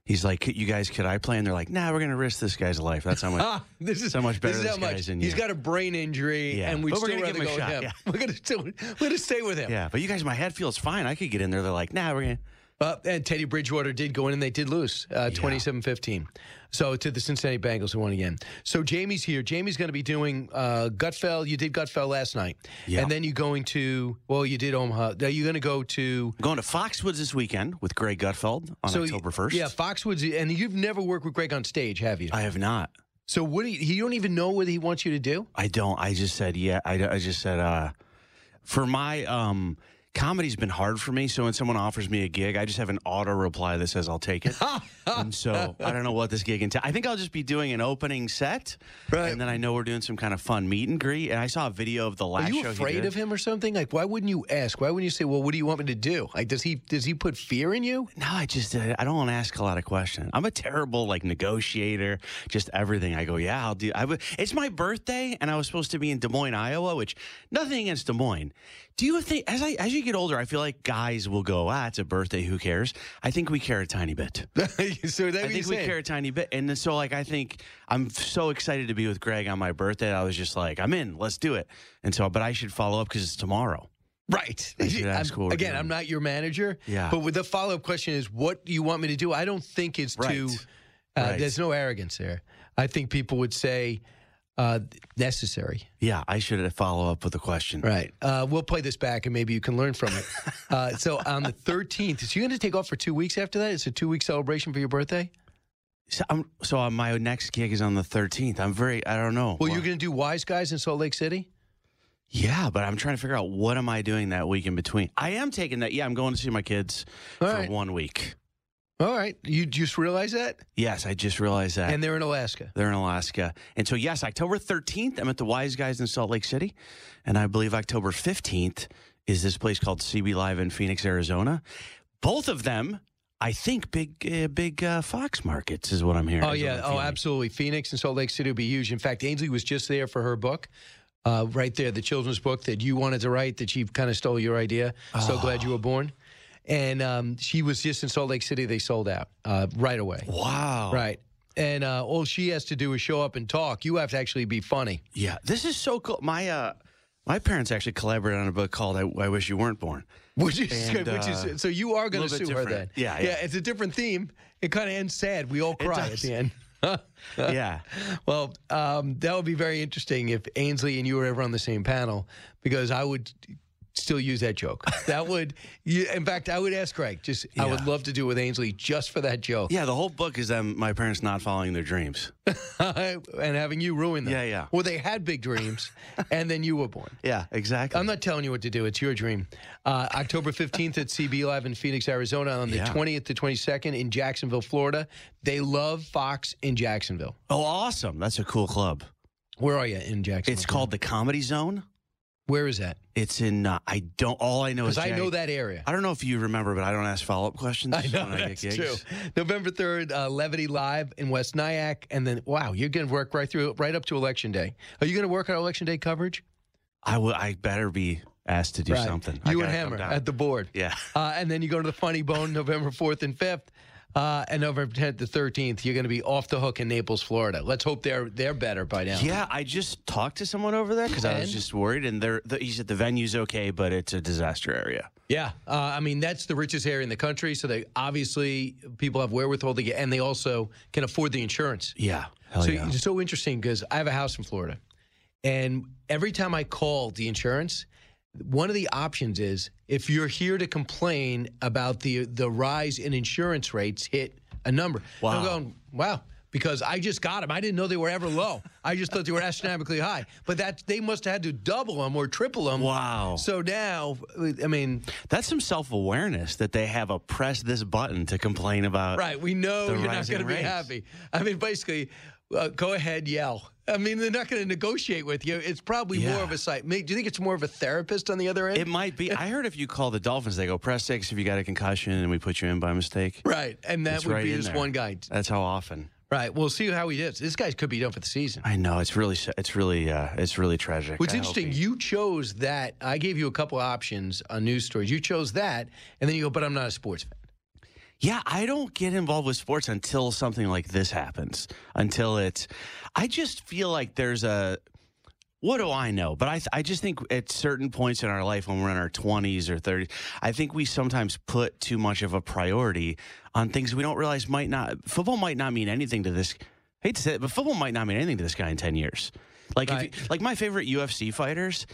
L: He's like, "Could- "You guys, could I play?" And they're like, "Nah, we're gonna risk this guy's life. That's how much.
A: Ah, this is
L: so much better.
A: This is
L: this
A: how much.
L: guy's in
A: He's
L: you."
A: got a brain injury,
L: Yeah,
A: and we'd
L: but we're
A: still
L: gonna
A: rather
L: give
A: go
L: him
A: with him.
L: a shot, yeah.
A: We're gonna still, we're gonna stay with him.
L: yeah, but you guys, my head feels fine. I could get in there. They're like, "Nah, we're gonna."
A: Uh, and Teddy Bridgewater did go in, and they did lose uh, 27-15. So to the Cincinnati Bengals, who won again. So Jamie's here. Jamie's going to be doing uh, Gutfeld. You did Gutfeld last night,
L: Yeah.
A: and then you're going to well, you did Omaha. Now you're going to go to
L: Going to Foxwoods this weekend with Greg Gutfeld on
A: so you-
L: October first.
A: Yeah, Foxwoods, and you've never worked with Greg on stage, have you?
L: I have not.
A: So what? Do you, you don't even know what he
L: Oh,
A: wants you to do.
L: I don't. I just said yeah. I, I just said uh, for my um, comedy's been hard for me. So when someone offers me a gig, I just have an auto reply that says I'll take it. and so I don't know what this gig entails. I think I'll just be doing an opening set, right. and then I know we're doing some kind of fun meet and greet. And I saw a video of the last
A: Are you
L: show. he
A: afraid
L: did.
A: of him or something? Like, why wouldn't you ask? Why wouldn't you say, "Well, what do you want me to do?" Like, does he does he put fear in you?
L: No, I just uh, I don't want to ask a lot of questions. I'm a terrible like negotiator, just everything. I go, yeah, I'll do. I would. It's my birthday, and I was supposed to be in Des Moines, Iowa. Which nothing against Des Moines. Do you think as I as you get older, I feel like guys will go, ah, it's a birthday. Who cares? I think we care a tiny bit.
A: so
L: I think we care a tiny bit, and then, so like I think I'm so excited to be with Greg on my birthday. I was just like, I'm in. Let's do it. And so, but I should follow up because it's tomorrow.
A: Right.
L: I should ask what we're
A: Again,
L: doing.
A: I'm not your manager.
L: Yeah.
A: But with the follow up question is, what do you want me to do? I don't think it's too. Uh,
L: Right.
A: There's no arrogance there. I think people would say uh, necessary.
L: Yeah, I should follow up with a question.
A: Right. Uh, we'll play this back and maybe you can learn from it. uh, so on the 13th, so you're going to take off for two weeks after that? It's a two week celebration for your birthday?
L: So, I'm, so uh, my next gig is on the 13th. I'm very, I don't know.
A: Well, you're going to do Wise Guys in Salt Lake City?
L: yeah, but I'm trying to figure out what am I doing that week in between. I am taking that. Yeah, I'm going to see my kids for one week.
A: All right. You just realize that?
L: Yes, I just realized that.
A: And they're in Alaska.
L: They're in Alaska. And so, yes, October 13th, I'm at the Wise Guys in Salt Lake City. And I believe October 15th is this place called CB Live in Phoenix, Arizona. Both of them, I think, big, uh, big uh, Fox markets is what I'm hearing.
A: Oh
L: is what I'm
A: yeah, oh
L: feeling.
A: absolutely. Phoenix and Salt Lake City would be huge. In fact, Ainsley was just there for her book, uh, right there, the children's book that you wanted to write that she kind of stole your idea.
L: Ah.
A: So glad you were born. And um, she was just in Salt Lake City. They sold out uh, right away.
L: Wow.
A: Right. And uh, all she has to do is show up and talk. You have to actually be funny.
L: Yeah, this is so cool. My uh, my parents actually collaborated on a book called "I, I Wish You Weren't Born,"
A: Which is,
L: And,
A: which
L: uh,
A: is so you are going to
L: little
A: sue
L: bit
A: her then.
L: different. Yeah,
A: yeah.
L: yeah.
A: It's a different theme. It kind of ends sad. We all
L: It
A: cry at
L: does.
A: the end.
L: Yeah.
A: Well, um, that would be very interesting if Ainsley and you were ever on the same panel because I would still use that joke. That would, you, in fact, I would ask Greg. Just I would love to do it with Ainsley just for that joke.
L: yeah, the whole book is them my parents not following their dreams.
A: and having you ruin them.
L: Yeah, yeah.
A: Well, they had big dreams, and then you were born.
L: Yeah, exactly.
A: I'm not telling you what to do. It's your dream. Uh, October 15th at CB Live in Phoenix, Arizona. On the
L: Yeah.
A: 20th to 22nd in Jacksonville, Florida. They love Fox in Jacksonville.
L: Oh, awesome! That's a cool club.
A: Where are you in Jacksonville?
L: It's called the Comedy Zone.
A: Where is that?
L: It's in. Uh, I don't. All I know is
A: Because I
L: Jag-
A: know that area.
L: I don't know if you remember, but I don't ask follow up questions.
A: I know
L: when I
A: that's true. November third, uh, Levity Live in West Nyack, and then wow, you're going to work right through, right up to election day. Are you going to work on election day coverage?
L: I will. I better be asked to do
A: Right.
L: something. I
A: You and
L: gotta come
A: Hammer
L: down.
A: at the board.
L: Yeah.
A: Uh, and then you go to the Funny Bone November fourth and fifth, uh, and November tenth to thirteenth, you're going to be off the hook in Naples, Florida. Let's hope they're they're better by now.
L: Yeah, I just talked to someone over there because I
A: And?
L: was just worried, and they're, the, he said the venue's okay, but it's a disaster area.
A: Yeah, uh, I mean that's the richest area in the country, so they obviously people have wherewithal to get, and they also can afford the insurance.
L: Yeah.
A: so it's so interesting because I have a house in Florida, and every time I call the insurance, one of the options is if you're here to complain about the the rise in insurance rates, hit a number. And I'm
L: Wow.
A: going, wow. Because I just got them. I didn't know they were ever low. I just thought they were astronomically high. But that they must have had to double them or triple them.
L: Wow.
A: So now, I mean,
L: That's some self awareness that they have a press this button to complain about.
A: Right. We know
L: the
A: you're not
L: rising
A: going to be
L: rates.
A: happy. I mean, basically, uh, go ahead, yell. I mean, they're not going to negotiate with you. It's probably more of a site. Do you think it's more of a therapist on the other end?
L: It might be. I heard if you call the Dolphins, they go press six if you got a concussion and we put you in by mistake.
A: Right. And that
L: It's
A: would
L: right
A: be
L: in
A: this
L: there.
A: one guy.
L: That's how often.
A: Right. We'll see how he does. This guy could be done for the season.
L: I know it's really s- it's really uh, it's really tragic.
A: What's
L: I hope
A: interesting,
L: he-
A: you chose that. I gave you a couple of options on news stories. You chose that, and then you go, but I'm not a sports fan.
L: Yeah, I don't get involved with sports until something like this happens. Until it's, I just feel like there's a, what do I know? But I, I just think at certain points in our life, when we're in our 20s or 30s, I think we sometimes put too much of a priority on things we don't realize might not, football might not mean anything to this. hate to say it, but football might not mean anything to this guy in 10 years. Like, if you, like my favorite UFC fighters,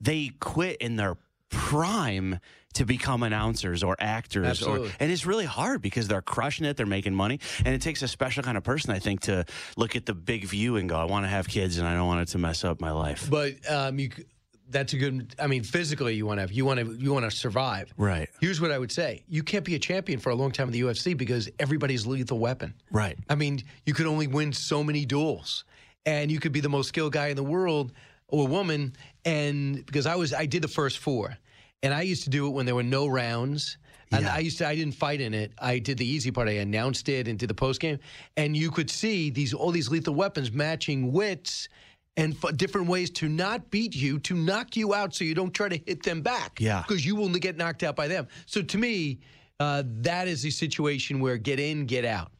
L: they quit in their prime to become announcers or actors
A: Absolutely.
L: or and it's really hard because they're crushing it, they're making money, and it takes a special kind of person, I think, to look at the big view and go, "I want to have kids, and I don't want it to mess up my life."
A: But um, you, c- that's a good. I mean, physically, you want to have you want to you want to survive.
L: Right.
A: Here's what I would say: you can't be a champion for a long time in the UFC because everybody's lethal weapon.
L: Right.
A: I mean, you could only win so many duels, and you could be the most skilled guy in the world or woman. And because I was, I did the first four, and I used to do it when there were no rounds. And I used to, I didn't fight in it. I did the easy part. I announced it and did the post game, and you could see these all these lethal weapons matching wits and f- different ways to not beat you, to knock you out, so you don't try to hit them back.
L: Yeah.
A: because you will get knocked out by them. So to me, uh, that is the situation where get in, get out.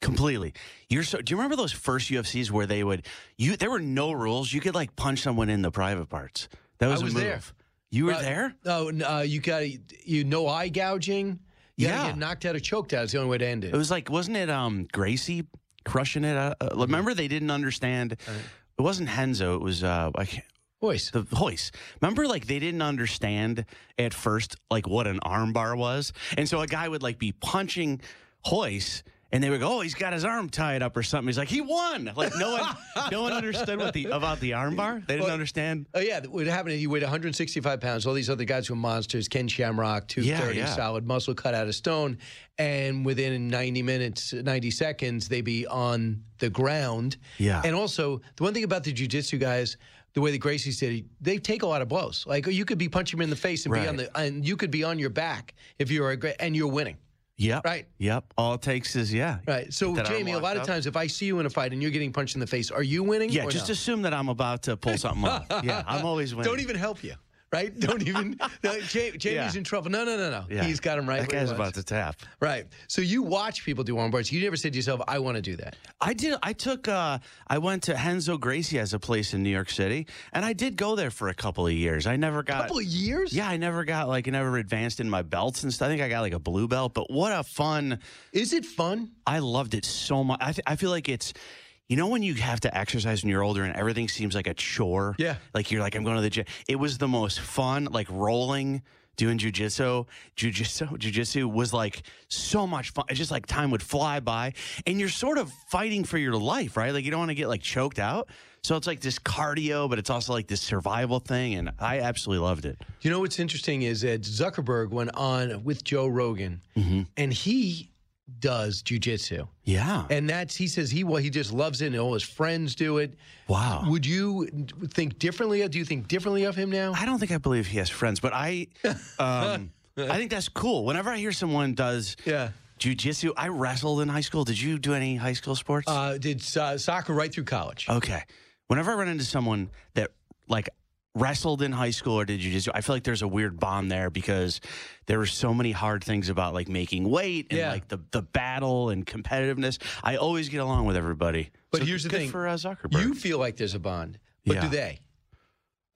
L: Completely. You're so. Do you remember those first UFCs where they would you? There were no rules. You could like punch someone in the private parts. That was,
A: I was
L: a move.
A: there.
L: You were
A: Uh,
L: there.
A: No, n- uh, you got you know eye gouging. You gotta
L: Yeah.
A: get knocked out or choked out is the only way to end it.
L: It was like wasn't it um Gracie crushing it? Uh, uh, remember they didn't understand. It wasn't Henzo. It was uh I can't.
A: Hoist.
L: The hoist. Remember, like they didn't understand at first, like what an armbar was, and so a guy would like be punching hoist, and they would go, "Oh, he's got his arm tied up or something." He's like, "He won!" Like no one, no one understood what the about the armbar. They didn't
A: Well,
L: understand.
A: Oh yeah, what happened? is He weighed 165 pounds. All these other guys were monsters. Ken Shamrock, 230,
L: Yeah, yeah.
A: solid muscle, cut out of stone. And within 90 minutes, 90 seconds, they be on the ground.
L: Yeah.
A: And also, the one thing about the jujitsu guys, the way the Gracies did, it, they take a lot of blows. Like you could be punching them in the face and be
L: Right.
A: on the, and you could be on your back if you're a great, and you're winning.
L: Yep.
A: Right.
L: Yep. All it takes is yeah.
A: Right. So
L: That arm
A: Jamie, a lot
L: locked
A: of
L: up.
A: times, if I see you in a fight and you're getting punched in the face, are you winning?
L: Yeah.
A: or
L: Just
A: no?
L: assume that I'm about to pull something off. Yeah. I'm always winning.
A: Don't even help you, right? Don't even. No, Ja- Jamie's
L: Yeah.
A: in trouble. No, no, no, no.
L: Yeah.
A: He's got him right.
L: That
A: where he
L: guy's
A: wants.
L: about to tap.
A: Right. So you watch people do armbarts. You never said to yourself, "I want to do that."
L: I did. I took. Uh, I went to Henzo Gracie as a place in New York City, and I did go there for a couple of years. I never got
A: Couple of years.
L: Uh, Yeah, I never got like I never advanced in my belts and stuff. I think I got like a blue belt. But what a fun!
A: Is it fun?
L: I loved it so much. I, th- I feel like it's. You know when you have to exercise when you're older and everything seems like a chore.
A: Yeah.
L: Like you're like I'm going to the gym. It was the most fun. Like rolling. Doing jujitsu, jujitsu, jujitsu was like so much fun. It's just like time would fly by, and you're sort of fighting for your life, right? Like you don't want to get like choked out. So it's like this cardio, but it's also like this survival thing, and I absolutely loved it.
A: You know what's interesting is that Zuckerberg went on with Joe Rogan,
L: Mm-hmm.
A: and he does jujitsu,
L: Yeah.
A: and that's he says he well he just loves it, and all his friends do it.
L: Wow.
A: Would you think differently? Do you think differently of him now?
L: I don't think I believe he has friends, but I, um, I think that's cool. Whenever I hear someone does
A: Yeah.
L: jujitsu, I wrestled in high school. Did you do any high school sports?
A: Uh, did uh, soccer right through college.
L: okay. Whenever I run into someone that like wrestled in high school or did jujitsu, I feel like there's a weird bond there because there were so many hard things about like making weight and
A: Yeah.
L: like the the battle and competitiveness. I always get along with everybody.
A: But
L: So
A: here's the
L: good
A: thing:
L: for uh, Zuckerberg.
A: you feel like there's a bond, but do
L: Yeah.
A: they?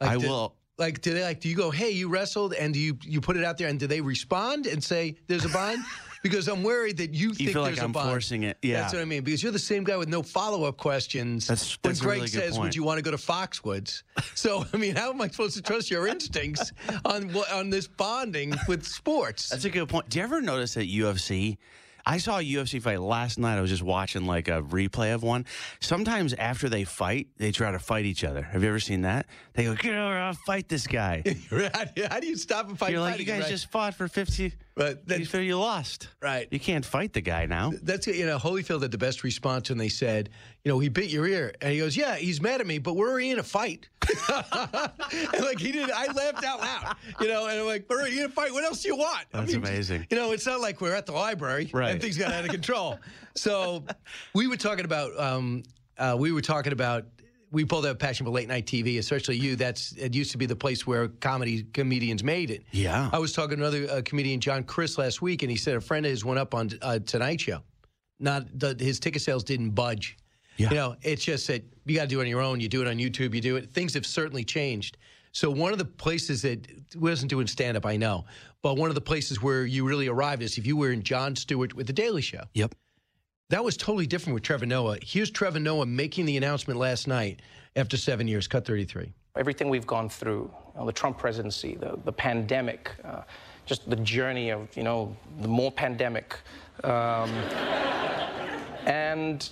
L: I
A: do-
L: will.
A: Like, do they like? Do you go, "Hey, you wrestled," and do you you put it out there, and do they respond and say, "There's a bond"? because I'm worried that you, think
L: feel like
A: there's
L: I'm
A: a bond.
L: forcing it. Yeah.
A: that's what I mean. Because you're the same guy with no follow up questions.
L: That's- that's a
A: when Greg
L: really good
A: says,
L: point.
A: "Would you want to go to Foxwoods?" So I mean, how am I supposed to trust your instincts on what- on this bonding with sports?
L: That's a good point. Do you ever notice at UFC? I saw a UFC fight last night. I was just watching like a replay of one. Sometimes after they fight, they try to fight each other. Have you ever seen that? They go, "Get over, I'll fight this guy."
A: how do you stop a fight?
L: You're like,
A: fighting,
L: "You guys
A: right?
L: just fought for 50.
A: But that-
L: you feel you lost.
A: Right.
L: You can't fight the guy now."
A: That's you know Holyfield had the best response when they said, you know, he bit your ear, and he goes, yeah, he's mad at me, but we're already in a fight. and like he did, I laughed out loud, you know, and I'm like, we're already in a fight. What else do you want? I
L: That's amazing.
A: You know, it's not like we're at the library
L: Right.
A: and things got out of control. so we were talking about um, uh, we were talking about we both have a passion for late night TV, especially you. That's it used to be the place where comedy comedians made it.
L: Yeah.
A: I was talking to another uh, comedian, John Chris, last week, and he said a friend of his went up on uh, Tonight Show. Not the, his ticket sales didn't budge.
L: Yeah.
A: You know, it's just that you got to do it on your own. You do it on YouTube. You do it. Things have certainly changed. So one of the places that wasn't doing stand up, I know, but one of the places where you really arrived is if you were in John Stewart with the Daily Show.
L: Yep.
A: That was totally different with Trevor Noah. Here's Trevor Noah making the announcement last night after seven years, cut 33.
Q: everything we've gone through, you know, the Trump presidency, the, the pandemic, uh, just the journey of, you know, the more pandemic. Um, and,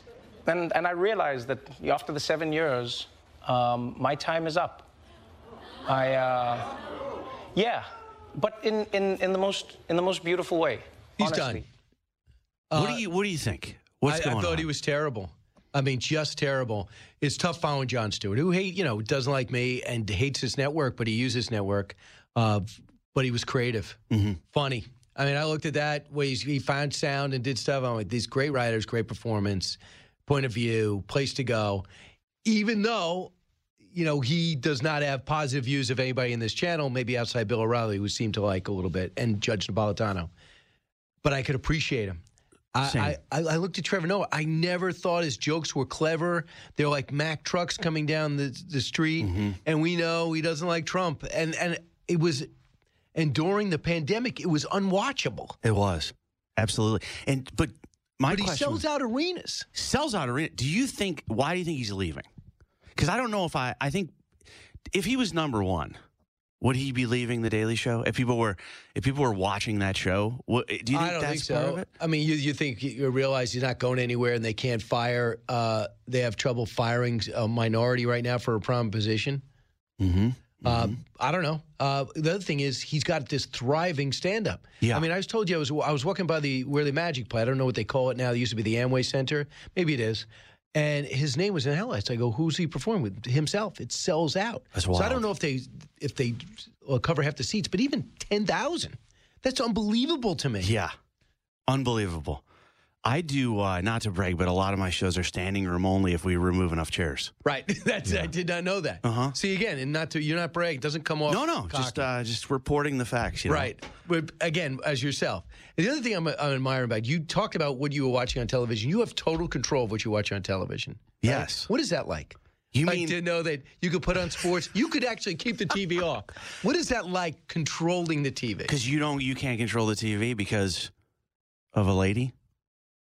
Q: and, and I realized that after the seven years, um, my time is up. I, uh, yeah, but in, in, in the most in the most beautiful way.
A: He's
Q: honestly.
A: done.
L: what do you What do you think?
A: Uh,
L: What's
A: I,
L: going
A: I thought
L: on?
A: he was terrible. I mean, just terrible. It's tough following John Stewart, who hate you know doesn't like me and hates his network, but he uses his network. Uh, but he was creative,
L: Mm-hmm.
A: funny. I mean, I looked at that where he's, he found sound and did stuff. I'm like, these great writers, great performance, point of view, place to go. Even though you know, he does not have positive views of anybody in this channel, maybe outside Bill O'Reilly, who seemed to like a little bit, and Judge Napolitano. But I could appreciate him. I, I, I looked at Trevor Noah. I never thought his jokes were clever. They're like Mack trucks coming down the, the street,
L: Mm-hmm.
A: and we know he doesn't like Trump. And and it was, and during the pandemic, it was unwatchable.
L: It was absolutely, and but my
A: but he
L: question
A: sells out arenas.
L: sells out arena. Do you think? Why do you think he's leaving? Because I don't know if I. I think if he was number one, would he be leaving the Daily Show? If people were, if people were watching that show, what, do you think
A: I don't
L: that's
A: think so.
L: part of it?
A: I mean, you, you think you realize he's not going anywhere, and they can't fire. Uh, they have trouble firing a minority right now for a prime position.
L: Mm-hmm.
A: Uh, I don't know. Uh, the other thing is he's got this thriving stand-up. Yeah. I mean, I was told you I was I was walking by the where the Magic play. I don't know what they call it now. It used to be the Amway Center. Maybe it is. And his name was in highlights. I go, who's he performing with? Himself. It sells out.
L: That's
A: So I
L: wild.
A: don't know if they if they uh, cover half the seats, but even ten thousand, that's unbelievable to me.
L: Yeah. Unbelievable. I do, uh, not to brag, but a lot of my shows are standing room only if we remove enough chairs.
A: Right. That's I did not know that.
L: Uh-huh.
A: See again, and not to you're not bragging. It Doesn't come off.
L: No, no, just
A: cocky.
L: uh, just reporting the facts. You know?
A: right. But again, as yourself. The other thing I'm, I'm admiring about you talked about what you were watching on television. You have total control of what you watch on television.
L: Yes.
A: What is that like?
L: You
A: like
L: mean-
A: to know that you could put on sports. you could actually keep the TV off. What is that like controlling the TV?
L: Because you don't, you can't control the TV because of a lady.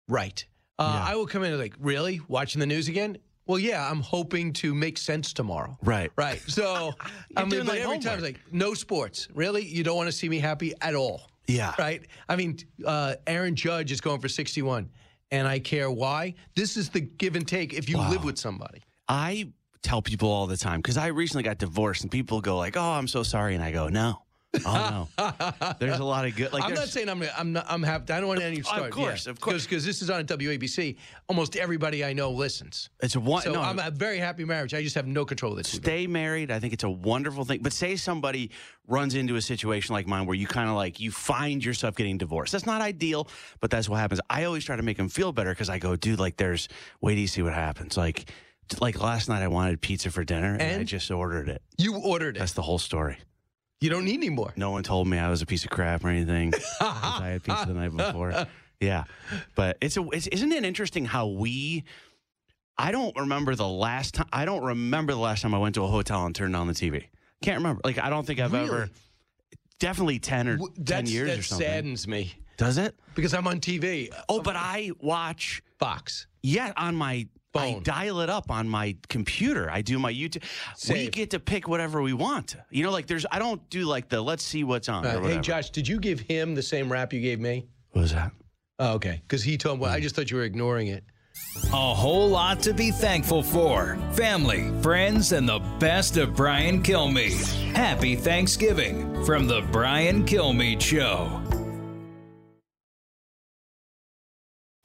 A: Right. Uh, I will come in and like, really? Watching the news again? Well, yeah, I'm hoping to make sense tomorrow.
L: Right.
A: Right. So, I mean,
L: doing
A: but
L: like
A: every time it's like, no sports. Really? You don't want to see me happy at all.
L: Yeah.
A: Right? I mean, uh, Aaron Judge is going for 61, and I care why. This is the give and take if you live with somebody.
L: I tell people all the time because I recently got divorced, and people go like, "Oh, I'm so sorry," and I go, "No, oh no." there's a lot of good. Like,
A: I'm not
L: there's-
A: saying I'm I'm not, I'm happy. I don't want any to start.
L: course, of course.
A: Because this is on WABC. Almost everybody I know listens.
L: it's one.
A: So
L: no,
A: I'm a very happy marriage. I just have no control of this.
L: stay married. I think it's a wonderful thing. But say somebody runs into a situation like mine where you kind of like you find yourself getting divorced. That's not ideal, but that's what happens. I always try to make them feel better because I go, dude, like there's wait till you see what happens. Like like last night I wanted pizza for dinner and, I
A: And? Eh.
L: just ordered it.
A: You ordered it.
L: That's the whole story.
A: You don't need any more.
L: No one told me I was a piece of crap or anything. 'cause I had pizza the night before. Yeah, but it's a it's, isn't it interesting how we. I don't remember the last time. I don't remember the last time I went to a hotel and turned on the TV. Can't remember. Like I don't think I've ever.
A: Really?
L: Definitely ten or
A: W-
L: ten
A: that's-
L: years
A: that
L: or something.
A: saddens me
L: Does it?
A: because I'm on TV.
L: Oh, but I watch.
A: Fox.
L: Yeah, on my. I
A: Phone.
L: dial it up on my computer. I do my YouTube. We
A: Save.
L: get to pick whatever we want. You know, like there's. I don't do like the let's see what's on.
A: Uh,
L: or
A: hey,
L: whatever.
A: Josh, did you give him the same rap you gave me?
L: What was that?
A: Oh, okay, because he told me.
L: Mm.
A: I just thought you were ignoring it.
E: A whole lot to be thankful for. Family, friends, and the best of Brian Kilmeade. Happy Thanksgiving from The Brian Kilmeade Show.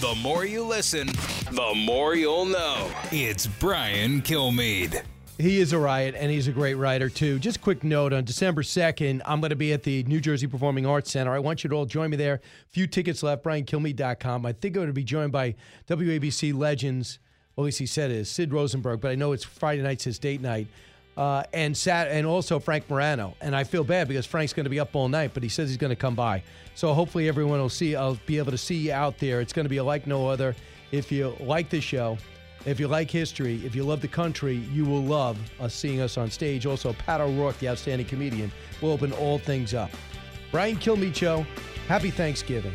E: The more you listen, the more you'll know. It's Brian Kilmeade.
A: He is a riot, and he's a great writer too. Just quick note: on December second, I'm going to be at the New Jersey Performing Arts Center. I want you to all join me there. Few tickets left. BrianKilmeade.com. I think I'm going to be joined by WABC legends. Well, at least he said it is Sid Rosenberg, but I know it's Friday night's his date night, uh, and Sat, and also Frank Morano. And I feel bad because Frank's going to be up all night, but he says he's going to come by. So hopefully everyone will see. I'll be able to see you out there. It's going to be like no other. If you like the show. If you like history, if you love the country, you will love us seeing us on stage. Also, Pat O'Rourke, the outstanding comedian, will open all things up. Brian Kilmeade Show, happy Thanksgiving.